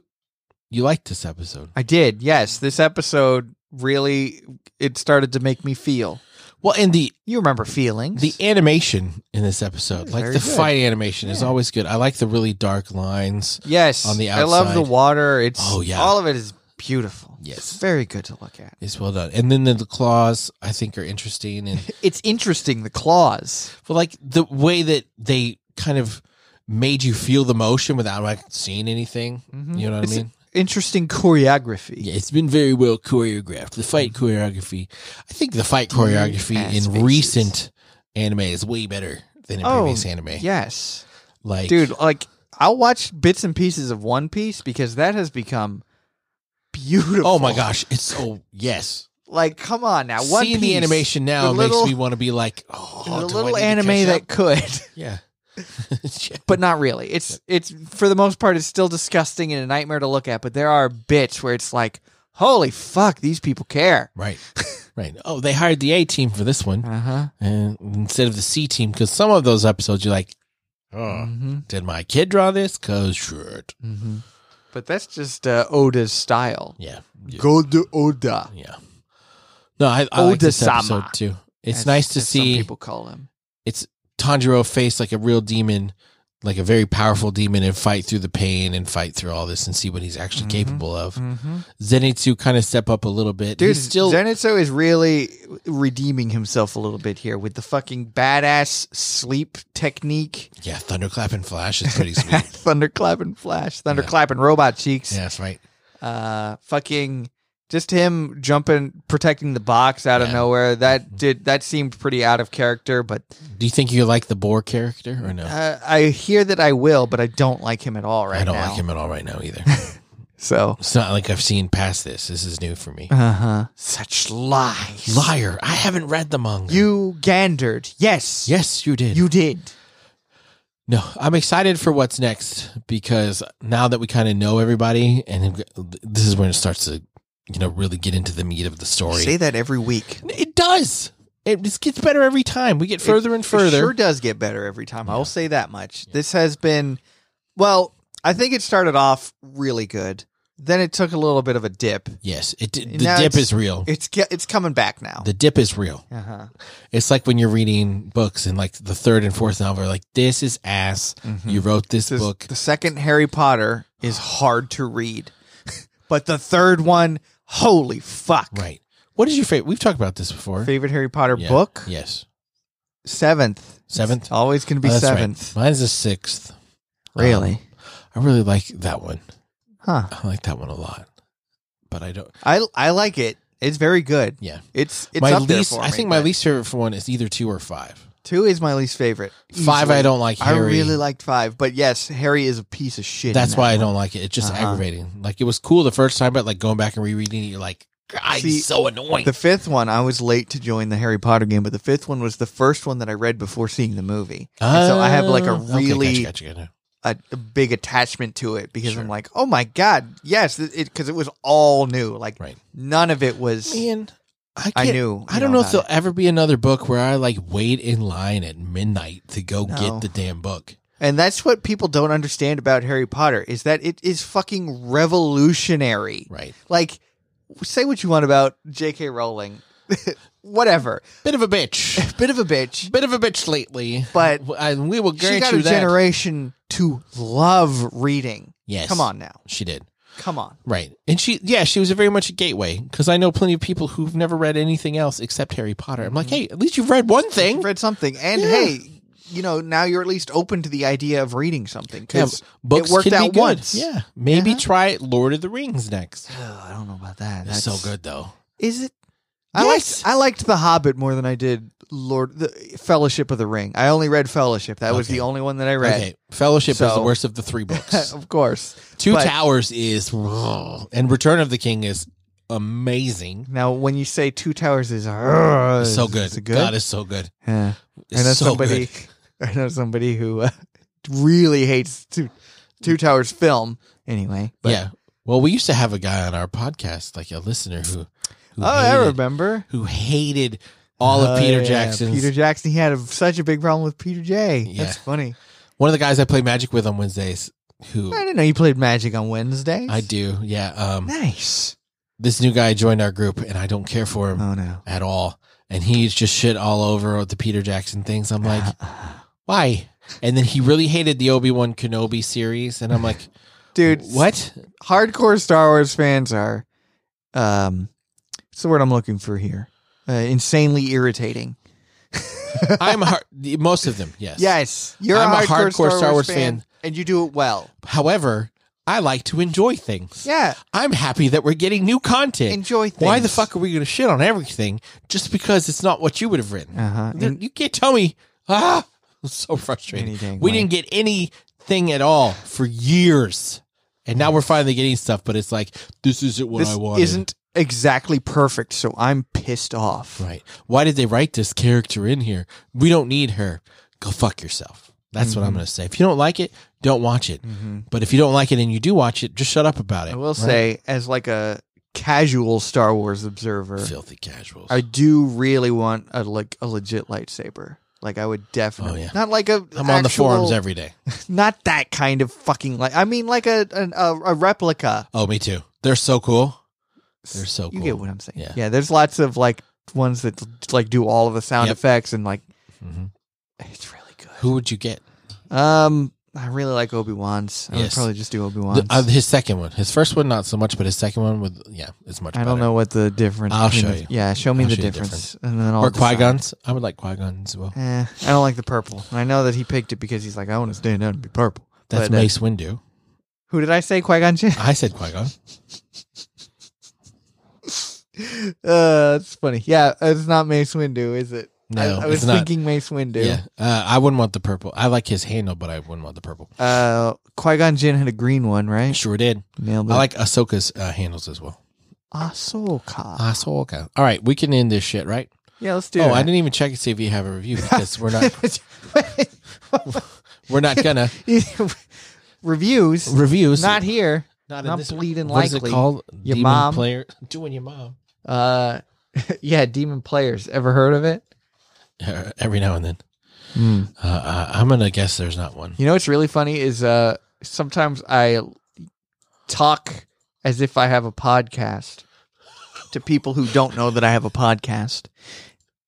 [SPEAKER 2] you liked this episode?
[SPEAKER 1] I did. Yes, this episode really it started to make me feel.
[SPEAKER 2] Well, and the
[SPEAKER 1] You remember feelings?
[SPEAKER 2] the animation in this episode,
[SPEAKER 1] Yeah,
[SPEAKER 2] like
[SPEAKER 1] very
[SPEAKER 2] the
[SPEAKER 1] good.
[SPEAKER 2] fight animation, is
[SPEAKER 1] Yeah.
[SPEAKER 2] always good. I like the really dark lines.
[SPEAKER 1] yes
[SPEAKER 2] on the
[SPEAKER 1] I love the
[SPEAKER 2] outside.
[SPEAKER 1] water. It's
[SPEAKER 2] Oh, yeah.
[SPEAKER 1] all of it is beautiful.
[SPEAKER 2] Yes.
[SPEAKER 1] It's very good to look at.
[SPEAKER 2] It's well done, and then the, the claws I think are interesting, and
[SPEAKER 1] (laughs) It's interesting. The claws.
[SPEAKER 2] But like the way that they kind of made you feel the motion without like seeing anything.
[SPEAKER 1] Mhm.
[SPEAKER 2] You know what
[SPEAKER 1] It's-
[SPEAKER 2] I mean?
[SPEAKER 1] Interesting choreography.
[SPEAKER 2] Yeah, it's been very well choreographed. The fight
[SPEAKER 1] Mm-hmm.
[SPEAKER 2] choreography, I think the fight choreography
[SPEAKER 1] Ass
[SPEAKER 2] in
[SPEAKER 1] faces.
[SPEAKER 2] recent anime is way better than in
[SPEAKER 1] Oh,
[SPEAKER 2] previous anime.
[SPEAKER 1] Yes,
[SPEAKER 2] Like,
[SPEAKER 1] dude. Like I'll watch bits and pieces of One Piece because that has become beautiful.
[SPEAKER 2] oh my gosh, it's so yes.
[SPEAKER 1] Like come on now, One
[SPEAKER 2] Seeing
[SPEAKER 1] Piece.
[SPEAKER 2] the animation now
[SPEAKER 1] the
[SPEAKER 2] makes
[SPEAKER 1] little-
[SPEAKER 2] me want to be like,
[SPEAKER 1] the
[SPEAKER 2] oh, do I
[SPEAKER 1] little
[SPEAKER 2] need to
[SPEAKER 1] anime
[SPEAKER 2] catch
[SPEAKER 1] that
[SPEAKER 2] up?
[SPEAKER 1] could.
[SPEAKER 2] yeah. (laughs)
[SPEAKER 1] (laughs)
[SPEAKER 2] Yeah.
[SPEAKER 1] but not really. It's it's for the most part, it's still disgusting and a nightmare to look at. But there are bits where it's like, holy fuck, these people care.
[SPEAKER 2] Right, right. Oh, they hired the A team for this one.
[SPEAKER 1] Uh huh.
[SPEAKER 2] and instead of the C team, because some of those episodes you're like, oh,
[SPEAKER 1] Mm-hmm.
[SPEAKER 2] did my kid draw this? Cause shit,
[SPEAKER 1] Mm-hmm. But that's just uh, Oda's style.
[SPEAKER 2] yeah, yeah.
[SPEAKER 1] Go to Oda.
[SPEAKER 2] yeah. No, I, I like this
[SPEAKER 1] Oda-sama.
[SPEAKER 2] episode too. It's
[SPEAKER 1] As-
[SPEAKER 2] nice to
[SPEAKER 1] as some
[SPEAKER 2] see
[SPEAKER 1] people call him.
[SPEAKER 2] Tanjiro face like a real demon, like a very powerful demon, and fight through the pain and fight through all this and see what he's actually
[SPEAKER 1] Mhm.
[SPEAKER 2] capable of. Zenitsu kind of step up a little bit.
[SPEAKER 1] Dude,
[SPEAKER 2] he's still
[SPEAKER 1] Zenitsu is really redeeming himself a little bit here with the fucking badass sleep technique,
[SPEAKER 2] yeah, thunderclap and flash
[SPEAKER 1] (laughs)
[SPEAKER 2] is pretty sweet.
[SPEAKER 1] thunderclap and flash, thunderclap and robot cheeks.
[SPEAKER 2] yeah, that's right.
[SPEAKER 1] uh fucking just him jumping protecting the box out of
[SPEAKER 2] Yeah. Mm-hmm.
[SPEAKER 1] nowhere that did that seemed pretty out of character but
[SPEAKER 2] Do you think you like the boar character or no?
[SPEAKER 1] uh, i hear that i will but i don't like him at all right
[SPEAKER 2] I don't
[SPEAKER 1] now.
[SPEAKER 2] like him at all right now
[SPEAKER 1] (laughs)
[SPEAKER 2] either.
[SPEAKER 1] so
[SPEAKER 2] It's not like I've seen past this. This is new for me.
[SPEAKER 1] uh-huh such lies
[SPEAKER 2] Liar. I haven't read the manga.
[SPEAKER 1] you gandered yes
[SPEAKER 2] Yes, you did.
[SPEAKER 1] you did
[SPEAKER 2] No, I'm excited for what's next because now that we kind of know everybody and this is when it starts to you know, really get into the meat of the story.
[SPEAKER 1] Say that every week.
[SPEAKER 2] it does. It just gets better every time. We get further and further.
[SPEAKER 1] It sure does get better every time. I will say that much. This has been, well, I think it started off really good. Then it took a little bit of a dip.
[SPEAKER 2] Yes, it the
[SPEAKER 1] Now
[SPEAKER 2] dip
[SPEAKER 1] it's-
[SPEAKER 2] is real.
[SPEAKER 1] It's ge- it's coming back now.
[SPEAKER 2] the dip is real.
[SPEAKER 1] Uh-huh.
[SPEAKER 2] It's like when you're reading books and like the third and fourth novel, you're like this is ass. You wrote this,
[SPEAKER 1] Hmm. This-
[SPEAKER 2] book.
[SPEAKER 1] The second Harry Potter is hard to read, (laughs) but the third one, holy fuck!
[SPEAKER 2] Right. What is your favorite? We've talked about this before.
[SPEAKER 1] Favorite Harry Potter
[SPEAKER 2] Yeah.
[SPEAKER 1] book?
[SPEAKER 2] Yes.
[SPEAKER 1] Seventh.
[SPEAKER 2] Seventh?
[SPEAKER 1] It's always going to be
[SPEAKER 2] Oh, that's right. Um,
[SPEAKER 1] seventh.
[SPEAKER 2] Mine's the sixth.
[SPEAKER 1] Really?
[SPEAKER 2] I really like that one.
[SPEAKER 1] Huh.
[SPEAKER 2] I like that one a lot. But I don't.
[SPEAKER 1] I I like it. It's very good.
[SPEAKER 2] Yeah.
[SPEAKER 1] It's it's
[SPEAKER 2] my
[SPEAKER 1] up there
[SPEAKER 2] least.
[SPEAKER 1] for
[SPEAKER 2] I
[SPEAKER 1] me,
[SPEAKER 2] think my
[SPEAKER 1] but
[SPEAKER 2] least favorite one is either two or five.
[SPEAKER 1] two is my least favorite.
[SPEAKER 2] Five.
[SPEAKER 1] Easily.
[SPEAKER 2] I don't like.
[SPEAKER 1] I
[SPEAKER 2] Harry.
[SPEAKER 1] really liked five, but yes, Harry is a piece of shit. in
[SPEAKER 2] That's
[SPEAKER 1] that
[SPEAKER 2] why I
[SPEAKER 1] one.
[SPEAKER 2] don't like it. It's just
[SPEAKER 1] Uh-huh.
[SPEAKER 2] aggravating. Like it was cool the first time, but like going back and rereading it, you're like, God,
[SPEAKER 1] See,
[SPEAKER 2] he's so annoying.
[SPEAKER 1] The fifth one, I was late to join the Harry Potter game, but the fifth one was the first one that I read before seeing the movie. And so I have like a
[SPEAKER 2] Oh, okay,
[SPEAKER 1] really
[SPEAKER 2] gotcha, gotcha, gotcha.
[SPEAKER 1] a, a big attachment to it because
[SPEAKER 2] Sure.
[SPEAKER 1] I'm like, oh my god, yes, because it, 'cause it was all new. Like
[SPEAKER 2] Right.
[SPEAKER 1] none of it was.
[SPEAKER 2] man. I,
[SPEAKER 1] I
[SPEAKER 2] can't-
[SPEAKER 1] knew.
[SPEAKER 2] I
[SPEAKER 1] you
[SPEAKER 2] don't know, if
[SPEAKER 1] about
[SPEAKER 2] there'll
[SPEAKER 1] it.
[SPEAKER 2] ever be another book where I like wait in line at midnight to go
[SPEAKER 1] No.
[SPEAKER 2] get the damn book.
[SPEAKER 1] And that's what people don't understand about Harry Potter is that it is fucking revolutionary.
[SPEAKER 2] Right.
[SPEAKER 1] Like, say what you want about J.K. Rowling, (laughs) whatever,
[SPEAKER 2] Bit of
[SPEAKER 1] (laughs)
[SPEAKER 2] a bitch.
[SPEAKER 1] bit of a bitch,
[SPEAKER 2] Bit of a bitch lately.
[SPEAKER 1] but
[SPEAKER 2] I, we will
[SPEAKER 1] she
[SPEAKER 2] grant
[SPEAKER 1] got
[SPEAKER 2] you
[SPEAKER 1] a
[SPEAKER 2] that.
[SPEAKER 1] generation to love reading.
[SPEAKER 2] yes.
[SPEAKER 1] Come on now,
[SPEAKER 2] She did.
[SPEAKER 1] come on.
[SPEAKER 2] Right. And she, yeah, she was a very much a gateway because I know plenty of people who've never read anything else except Harry Potter. I'm like, hey, at least you've read one thing.
[SPEAKER 1] Mm-hmm. You've read something, and
[SPEAKER 2] Yeah.
[SPEAKER 1] hey, you know now you're at least open to the idea of reading something
[SPEAKER 2] Yeah,
[SPEAKER 1] because
[SPEAKER 2] books
[SPEAKER 1] it worked
[SPEAKER 2] can be
[SPEAKER 1] out
[SPEAKER 2] good.
[SPEAKER 1] once.
[SPEAKER 2] Yeah. Maybe
[SPEAKER 1] Uh-huh.
[SPEAKER 2] try Lord of the Rings next.
[SPEAKER 1] I don't know about that.
[SPEAKER 2] It's so good though.
[SPEAKER 1] Is it? I
[SPEAKER 2] Yes.
[SPEAKER 1] liked I liked The Hobbit more than I did Lord the Fellowship of the Ring. I only read Fellowship. That was
[SPEAKER 2] Okay.
[SPEAKER 1] the only one that I read.
[SPEAKER 2] Okay. Fellowship is the
[SPEAKER 1] So-
[SPEAKER 2] worst of the three
[SPEAKER 1] (laughs)
[SPEAKER 2] books.
[SPEAKER 1] of course.
[SPEAKER 2] Two
[SPEAKER 1] But-
[SPEAKER 2] Towers is and Return of the King is amazing.
[SPEAKER 1] Now, when you say Two Towers is uh,
[SPEAKER 2] so
[SPEAKER 1] is-
[SPEAKER 2] good.
[SPEAKER 1] is it good?
[SPEAKER 2] God is so good.
[SPEAKER 1] yeah.
[SPEAKER 2] It's
[SPEAKER 1] I know
[SPEAKER 2] so
[SPEAKER 1] somebody.
[SPEAKER 2] good.
[SPEAKER 1] (laughs) I know somebody who uh, really hates Two Two Towers film. Anyway, but-
[SPEAKER 2] yeah. Well, we used to have a guy on our podcast, like a listener who, who,
[SPEAKER 1] Oh, I
[SPEAKER 2] hated,
[SPEAKER 1] remember.
[SPEAKER 2] who hated all of
[SPEAKER 1] Oh,
[SPEAKER 2] Peter
[SPEAKER 1] yeah,
[SPEAKER 2] Jackson's.
[SPEAKER 1] Peter Jackson. He had a, such a big problem with Peter J.
[SPEAKER 2] Yeah.
[SPEAKER 1] That's funny.
[SPEAKER 2] one of the guys I play Magic with on Wednesdays. Who
[SPEAKER 1] I didn't know you played Magic on Wednesdays.
[SPEAKER 2] I do, yeah. Um,
[SPEAKER 1] Nice.
[SPEAKER 2] this new guy joined our group, and I don't care for him
[SPEAKER 1] Oh no.
[SPEAKER 2] at all. And he's just shit all over the Peter Jackson things.
[SPEAKER 1] (laughs)
[SPEAKER 2] I'm like, why? And then he really hated the Obi Wan Kenobi series, and
[SPEAKER 1] (laughs)
[SPEAKER 2] I'm like,
[SPEAKER 1] dude,
[SPEAKER 2] what?
[SPEAKER 1] hardcore Star Wars fans are, um, what's the word I'm looking for here? Uh, insanely irritating.
[SPEAKER 2] I'm a hard, most of them, yes.
[SPEAKER 1] Yes, you're
[SPEAKER 2] I'm
[SPEAKER 1] a hardcore, Star, Wars fan,
[SPEAKER 2] fan.
[SPEAKER 1] and you do it well.
[SPEAKER 2] However, I like to enjoy things.
[SPEAKER 1] Yeah,
[SPEAKER 2] I'm happy that we're getting new content.
[SPEAKER 1] enjoy things.
[SPEAKER 2] Why the fuck are we going to shit on everything just because it's not what you would have written?
[SPEAKER 1] Uh-huh.
[SPEAKER 2] There- you can't tell me. Ah, (laughs) it's so frustrating.
[SPEAKER 1] Anything,
[SPEAKER 2] We
[SPEAKER 1] like-
[SPEAKER 2] didn't get anything at all for years, and now we're finally getting stuff. But it's like this isn't what I
[SPEAKER 1] This
[SPEAKER 2] wanted.
[SPEAKER 1] isn't exactly perfect, so I'm pissed off.
[SPEAKER 2] right. Why did they write this character in here? We don't need her. Go fuck yourself. That's
[SPEAKER 1] Mm-hmm.
[SPEAKER 2] what I'm going to say. If you don't like it, don't watch it. But if you don't like it and you do watch it, just shut up about it.
[SPEAKER 1] I will
[SPEAKER 2] right?
[SPEAKER 1] say, as like a casual Star Wars observer,
[SPEAKER 2] filthy casuals.
[SPEAKER 1] I do really want a like a legit lightsaber. Like I would definitely
[SPEAKER 2] Oh, yeah.
[SPEAKER 1] not like a.
[SPEAKER 2] I'm on the forums
[SPEAKER 1] actual-
[SPEAKER 2] every day.
[SPEAKER 1] Not that kind of fucking like. I mean, like a an, a, a replica.
[SPEAKER 2] Oh, me too. They're so cool. They're so
[SPEAKER 1] You
[SPEAKER 2] cool.
[SPEAKER 1] get what I'm saying?
[SPEAKER 2] Yeah.
[SPEAKER 1] Yeah. There's lots of like ones that like do all of the sound
[SPEAKER 2] Yep.
[SPEAKER 1] effects and like
[SPEAKER 2] Mhm.
[SPEAKER 1] it's really good.
[SPEAKER 2] Who would you get?
[SPEAKER 1] Um, I really like Obi Wan's. I would
[SPEAKER 2] Yes.
[SPEAKER 1] probably just do Obi Wan's.
[SPEAKER 2] The- uh, his second one. His first one, not so much, but his second one with yeah, it's much.
[SPEAKER 1] I don't
[SPEAKER 2] better.
[SPEAKER 1] know what the difference.
[SPEAKER 2] I'll
[SPEAKER 1] between
[SPEAKER 2] show
[SPEAKER 1] the-
[SPEAKER 2] you.
[SPEAKER 1] Yeah, show me
[SPEAKER 2] I'll
[SPEAKER 1] the
[SPEAKER 2] show you the
[SPEAKER 1] difference, and then I'll
[SPEAKER 2] Or
[SPEAKER 1] decide.
[SPEAKER 2] Qui Gon's. I would like Qui Gon as well.
[SPEAKER 1] Eh, I don't like the purple. I know that he picked it because he's like, I want to stand out and be purple.
[SPEAKER 2] That's
[SPEAKER 1] But, uh,
[SPEAKER 2] Mace Windu.
[SPEAKER 1] Who did I say, Qui Gon Jinn? (laughs)
[SPEAKER 2] I said Qui Gon.
[SPEAKER 1] Uh, it's funny. Yeah, it's not Mace Windu, is it?
[SPEAKER 2] No,
[SPEAKER 1] I, I was
[SPEAKER 2] it's not.
[SPEAKER 1] thinking Mace Windu.
[SPEAKER 2] Yeah, uh, I wouldn't want the purple. I like his handle, but I wouldn't want the purple.
[SPEAKER 1] Uh, Qui Gon Jinn had a green one, right?
[SPEAKER 2] Sure did.
[SPEAKER 1] Nailed it.
[SPEAKER 2] I like Ahsoka's uh, handles as well.
[SPEAKER 1] Ahsoka.
[SPEAKER 2] Ahsoka. All right, we can end this shit, right?
[SPEAKER 1] Yeah, let's do.
[SPEAKER 2] Uh, oh,
[SPEAKER 1] that.
[SPEAKER 2] I didn't even check and see if you have
[SPEAKER 1] (laughs)
[SPEAKER 2] a review because we're not. we're not gonna
[SPEAKER 1] (laughs) Reviews
[SPEAKER 2] reviews.
[SPEAKER 1] not here.
[SPEAKER 2] Not, in
[SPEAKER 1] Not
[SPEAKER 2] this.
[SPEAKER 1] bleeding
[SPEAKER 2] What is
[SPEAKER 1] likely.
[SPEAKER 2] it called?
[SPEAKER 1] Your mom?
[SPEAKER 2] player doing
[SPEAKER 1] (laughs)
[SPEAKER 2] your mom
[SPEAKER 1] Uh, yeah, Demon Players. Ever heard of it?
[SPEAKER 2] every now and then.
[SPEAKER 1] Hmm.
[SPEAKER 2] Uh, uh, I'm gonna guess there's not one.
[SPEAKER 1] You know what's really funny is uh sometimes I talk as if I have a podcast to people who don't know that I have a podcast.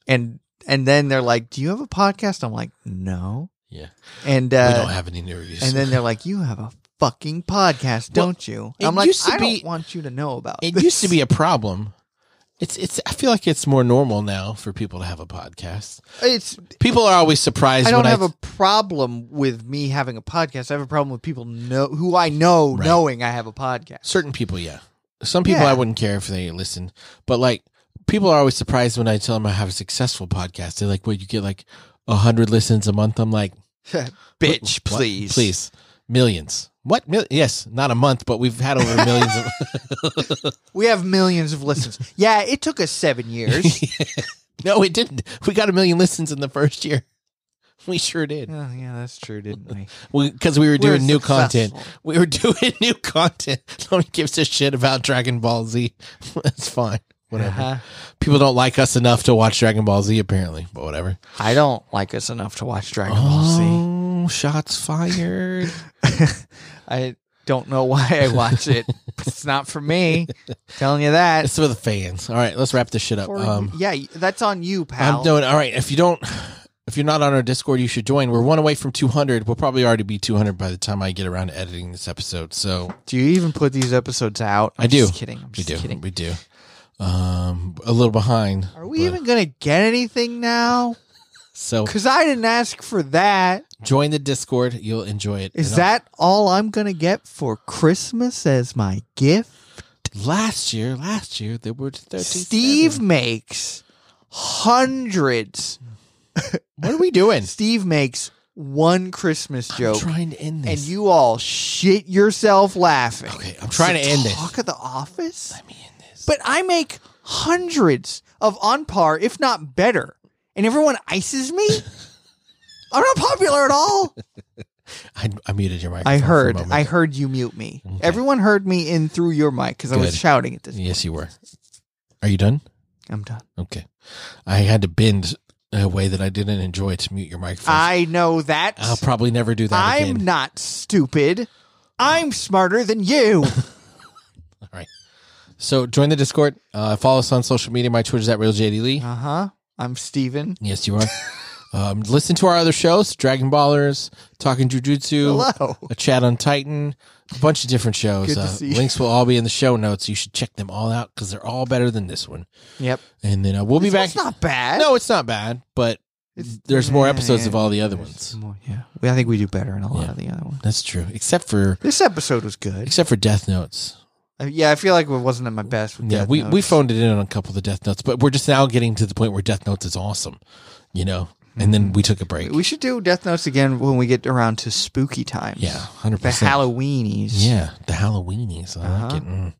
[SPEAKER 1] And and then they're like, "Do you have a podcast?" I'm like, "No."
[SPEAKER 2] Yeah,
[SPEAKER 1] And
[SPEAKER 2] we don't
[SPEAKER 1] uh
[SPEAKER 2] have any interviews.
[SPEAKER 1] and then they're like, "You have a fucking podcast,
[SPEAKER 2] Well,
[SPEAKER 1] don't you?"
[SPEAKER 2] it
[SPEAKER 1] I'm like,
[SPEAKER 2] used to
[SPEAKER 1] "I
[SPEAKER 2] be-
[SPEAKER 1] don't want you to know about
[SPEAKER 2] it
[SPEAKER 1] this."
[SPEAKER 2] used to be a problem. It's it's. I feel like it's more normal now for people to have a podcast.
[SPEAKER 1] It's
[SPEAKER 2] People are always surprised.
[SPEAKER 1] I don't
[SPEAKER 2] when
[SPEAKER 1] have
[SPEAKER 2] I,
[SPEAKER 1] a problem with me having a podcast. I have a problem with people know who I know
[SPEAKER 2] Right.
[SPEAKER 1] knowing I have a podcast. (laughs)
[SPEAKER 2] certain people. Yeah, some people
[SPEAKER 1] Yeah.
[SPEAKER 2] I wouldn't care if they listen, but like people are always surprised when I tell them I have a successful podcast. They're like, "What you get like a hundred listens a month?" I'm like,
[SPEAKER 1] Bitch,
[SPEAKER 2] What?
[SPEAKER 1] please.
[SPEAKER 2] please, millions." What? Mil- yes, not a month, but we've had over millions of. (laughs)
[SPEAKER 1] We have millions of listens. yeah, it took us seven years.
[SPEAKER 2] (laughs)
[SPEAKER 1] (laughs)
[SPEAKER 2] no, it didn't. We got a million listens in the first year. (laughs) We sure did.
[SPEAKER 1] oh, yeah, that's true, didn't we?
[SPEAKER 2] Because we, were doing new content.
[SPEAKER 1] successful. Uh-huh.
[SPEAKER 2] We were (laughs) doing new content. (laughs) No one gives a shit about Dragon Ball Z. (laughs) That's fine. Whatever.
[SPEAKER 1] Uh-huh.
[SPEAKER 2] People don't like us enough to watch Dragon Ball Z, apparently, but whatever.
[SPEAKER 1] I don't like us enough to watch Dragon Ball
[SPEAKER 2] Oh, shots (laughs) fired. Oh.
[SPEAKER 1] Z. (laughs) I don't know why I watch
[SPEAKER 2] (laughs)
[SPEAKER 1] it. it's not for me. Telling you that.
[SPEAKER 2] it's for the fans. All right, let's wrap this shit up.
[SPEAKER 1] For-
[SPEAKER 2] Um,
[SPEAKER 1] yeah, that's on you, pal.
[SPEAKER 2] I'm doing all right. If you don't, if you're not on our Discord, you should join. We're one away from 200. We'll probably already be 200 by the time I get around to editing this episode. So
[SPEAKER 1] do you even put these episodes out? I'm
[SPEAKER 2] I do.
[SPEAKER 1] Just kidding. I'm
[SPEAKER 2] we
[SPEAKER 1] just
[SPEAKER 2] do,
[SPEAKER 1] kidding.
[SPEAKER 2] we do. Um, a little behind.
[SPEAKER 1] Are we
[SPEAKER 2] but-
[SPEAKER 1] even gonna get anything now?
[SPEAKER 2] So
[SPEAKER 1] Because I didn't ask for that.
[SPEAKER 2] join the Discord. You'll enjoy it.
[SPEAKER 1] Is
[SPEAKER 2] And I'll-
[SPEAKER 1] that all I'm gonna get for Christmas as my gift?
[SPEAKER 2] last year? Last year there were 13.
[SPEAKER 1] Steve makes hundreds.
[SPEAKER 2] What are we doing?
[SPEAKER 1] Steve makes one Christmas
[SPEAKER 2] (laughs) I'm
[SPEAKER 1] joke,
[SPEAKER 2] trying to end
[SPEAKER 1] and
[SPEAKER 2] this.
[SPEAKER 1] you all shit yourself laughing.
[SPEAKER 2] okay, I'm trying to end
[SPEAKER 1] talk
[SPEAKER 2] this.
[SPEAKER 1] Talk of the office,
[SPEAKER 2] Let me end this.
[SPEAKER 1] but I make hundreds of on par, if not better, and everyone ices
[SPEAKER 2] (laughs)
[SPEAKER 1] me. I'm not popular at all.
[SPEAKER 2] I, I muted your microphone.
[SPEAKER 1] I
[SPEAKER 2] for a
[SPEAKER 1] heard.
[SPEAKER 2] moment.
[SPEAKER 1] I heard you mute me.
[SPEAKER 2] Okay.
[SPEAKER 1] Everyone heard me in through your mic because I was
[SPEAKER 2] Good.
[SPEAKER 1] shouting at this.
[SPEAKER 2] Yes, you were. Are you done?
[SPEAKER 1] I'm done.
[SPEAKER 2] Okay. I had to bend in a way that I didn't enjoy to mute your microphone.
[SPEAKER 1] I know that.
[SPEAKER 2] I'll probably never do that
[SPEAKER 1] I'm
[SPEAKER 2] again.
[SPEAKER 1] not stupid. I'm smarter than
[SPEAKER 2] (laughs)
[SPEAKER 1] you.
[SPEAKER 2] All right. So join the Discord. Uh, follow us on social media. My Twitter's at RealJDLee.
[SPEAKER 1] uh huh. I'm Steven. (laughs)
[SPEAKER 2] Yes, you are. um, listen to our other shows Dragon Ballers, Talking Jujutsu.
[SPEAKER 1] Hello.
[SPEAKER 2] a chat on Titan, a bunch of different shows.
[SPEAKER 1] Good to
[SPEAKER 2] uh,
[SPEAKER 1] see you.
[SPEAKER 2] Links will all be in the show notes. You should check them all out because they're all better than this one.
[SPEAKER 1] Yep.
[SPEAKER 2] And then uh, we'll be
[SPEAKER 1] It's-
[SPEAKER 2] back.
[SPEAKER 1] It's not bad.
[SPEAKER 2] no, it's not bad, but
[SPEAKER 1] It's-
[SPEAKER 2] there's more
[SPEAKER 1] yeah,
[SPEAKER 2] episodes
[SPEAKER 1] yeah,
[SPEAKER 2] of all the other
[SPEAKER 1] there's
[SPEAKER 2] ones.
[SPEAKER 1] more, yeah. We- I think we do better in a lot
[SPEAKER 2] Yeah.
[SPEAKER 1] of the other ones.
[SPEAKER 2] That's true, except for
[SPEAKER 1] This episode was good.
[SPEAKER 2] except for Death Notes.
[SPEAKER 1] Uh, Yeah, I feel like it wasn't at my best. With
[SPEAKER 2] Yeah,
[SPEAKER 1] Death
[SPEAKER 2] we
[SPEAKER 1] Notes.
[SPEAKER 2] we phoned it in on a couple of the Death Notes, but we're just now getting to the point where Death Notes is awesome, you know. And then we took a break.
[SPEAKER 1] Hmm. We should do Death Notes again when we get around to spooky times.
[SPEAKER 2] yeah, hundred
[SPEAKER 1] The
[SPEAKER 2] percent.
[SPEAKER 1] Halloweenies.
[SPEAKER 2] Yeah, the Halloweenies. I
[SPEAKER 1] Uh-huh.
[SPEAKER 2] like it. Mm.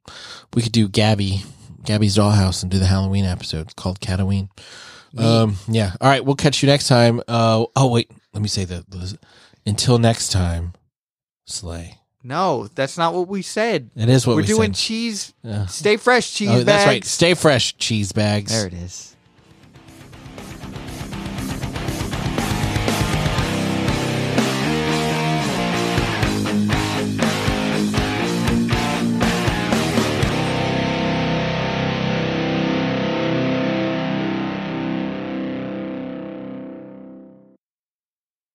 [SPEAKER 2] We could do Gabby, Gabby's Dollhouse, and do the Halloween episode It's called Catoween. Um, yeah. All right, we'll catch you next time. Uh, oh wait, let me say that. Until next time, slay.
[SPEAKER 1] No, that's not what we said.
[SPEAKER 2] That is what
[SPEAKER 1] We're
[SPEAKER 2] we
[SPEAKER 1] doing
[SPEAKER 2] Said.
[SPEAKER 1] cheese.
[SPEAKER 2] Yeah.
[SPEAKER 1] Stay fresh, cheese
[SPEAKER 2] Oh, that's right.
[SPEAKER 1] bags.
[SPEAKER 2] Stay fresh, cheese bags.
[SPEAKER 1] There it is.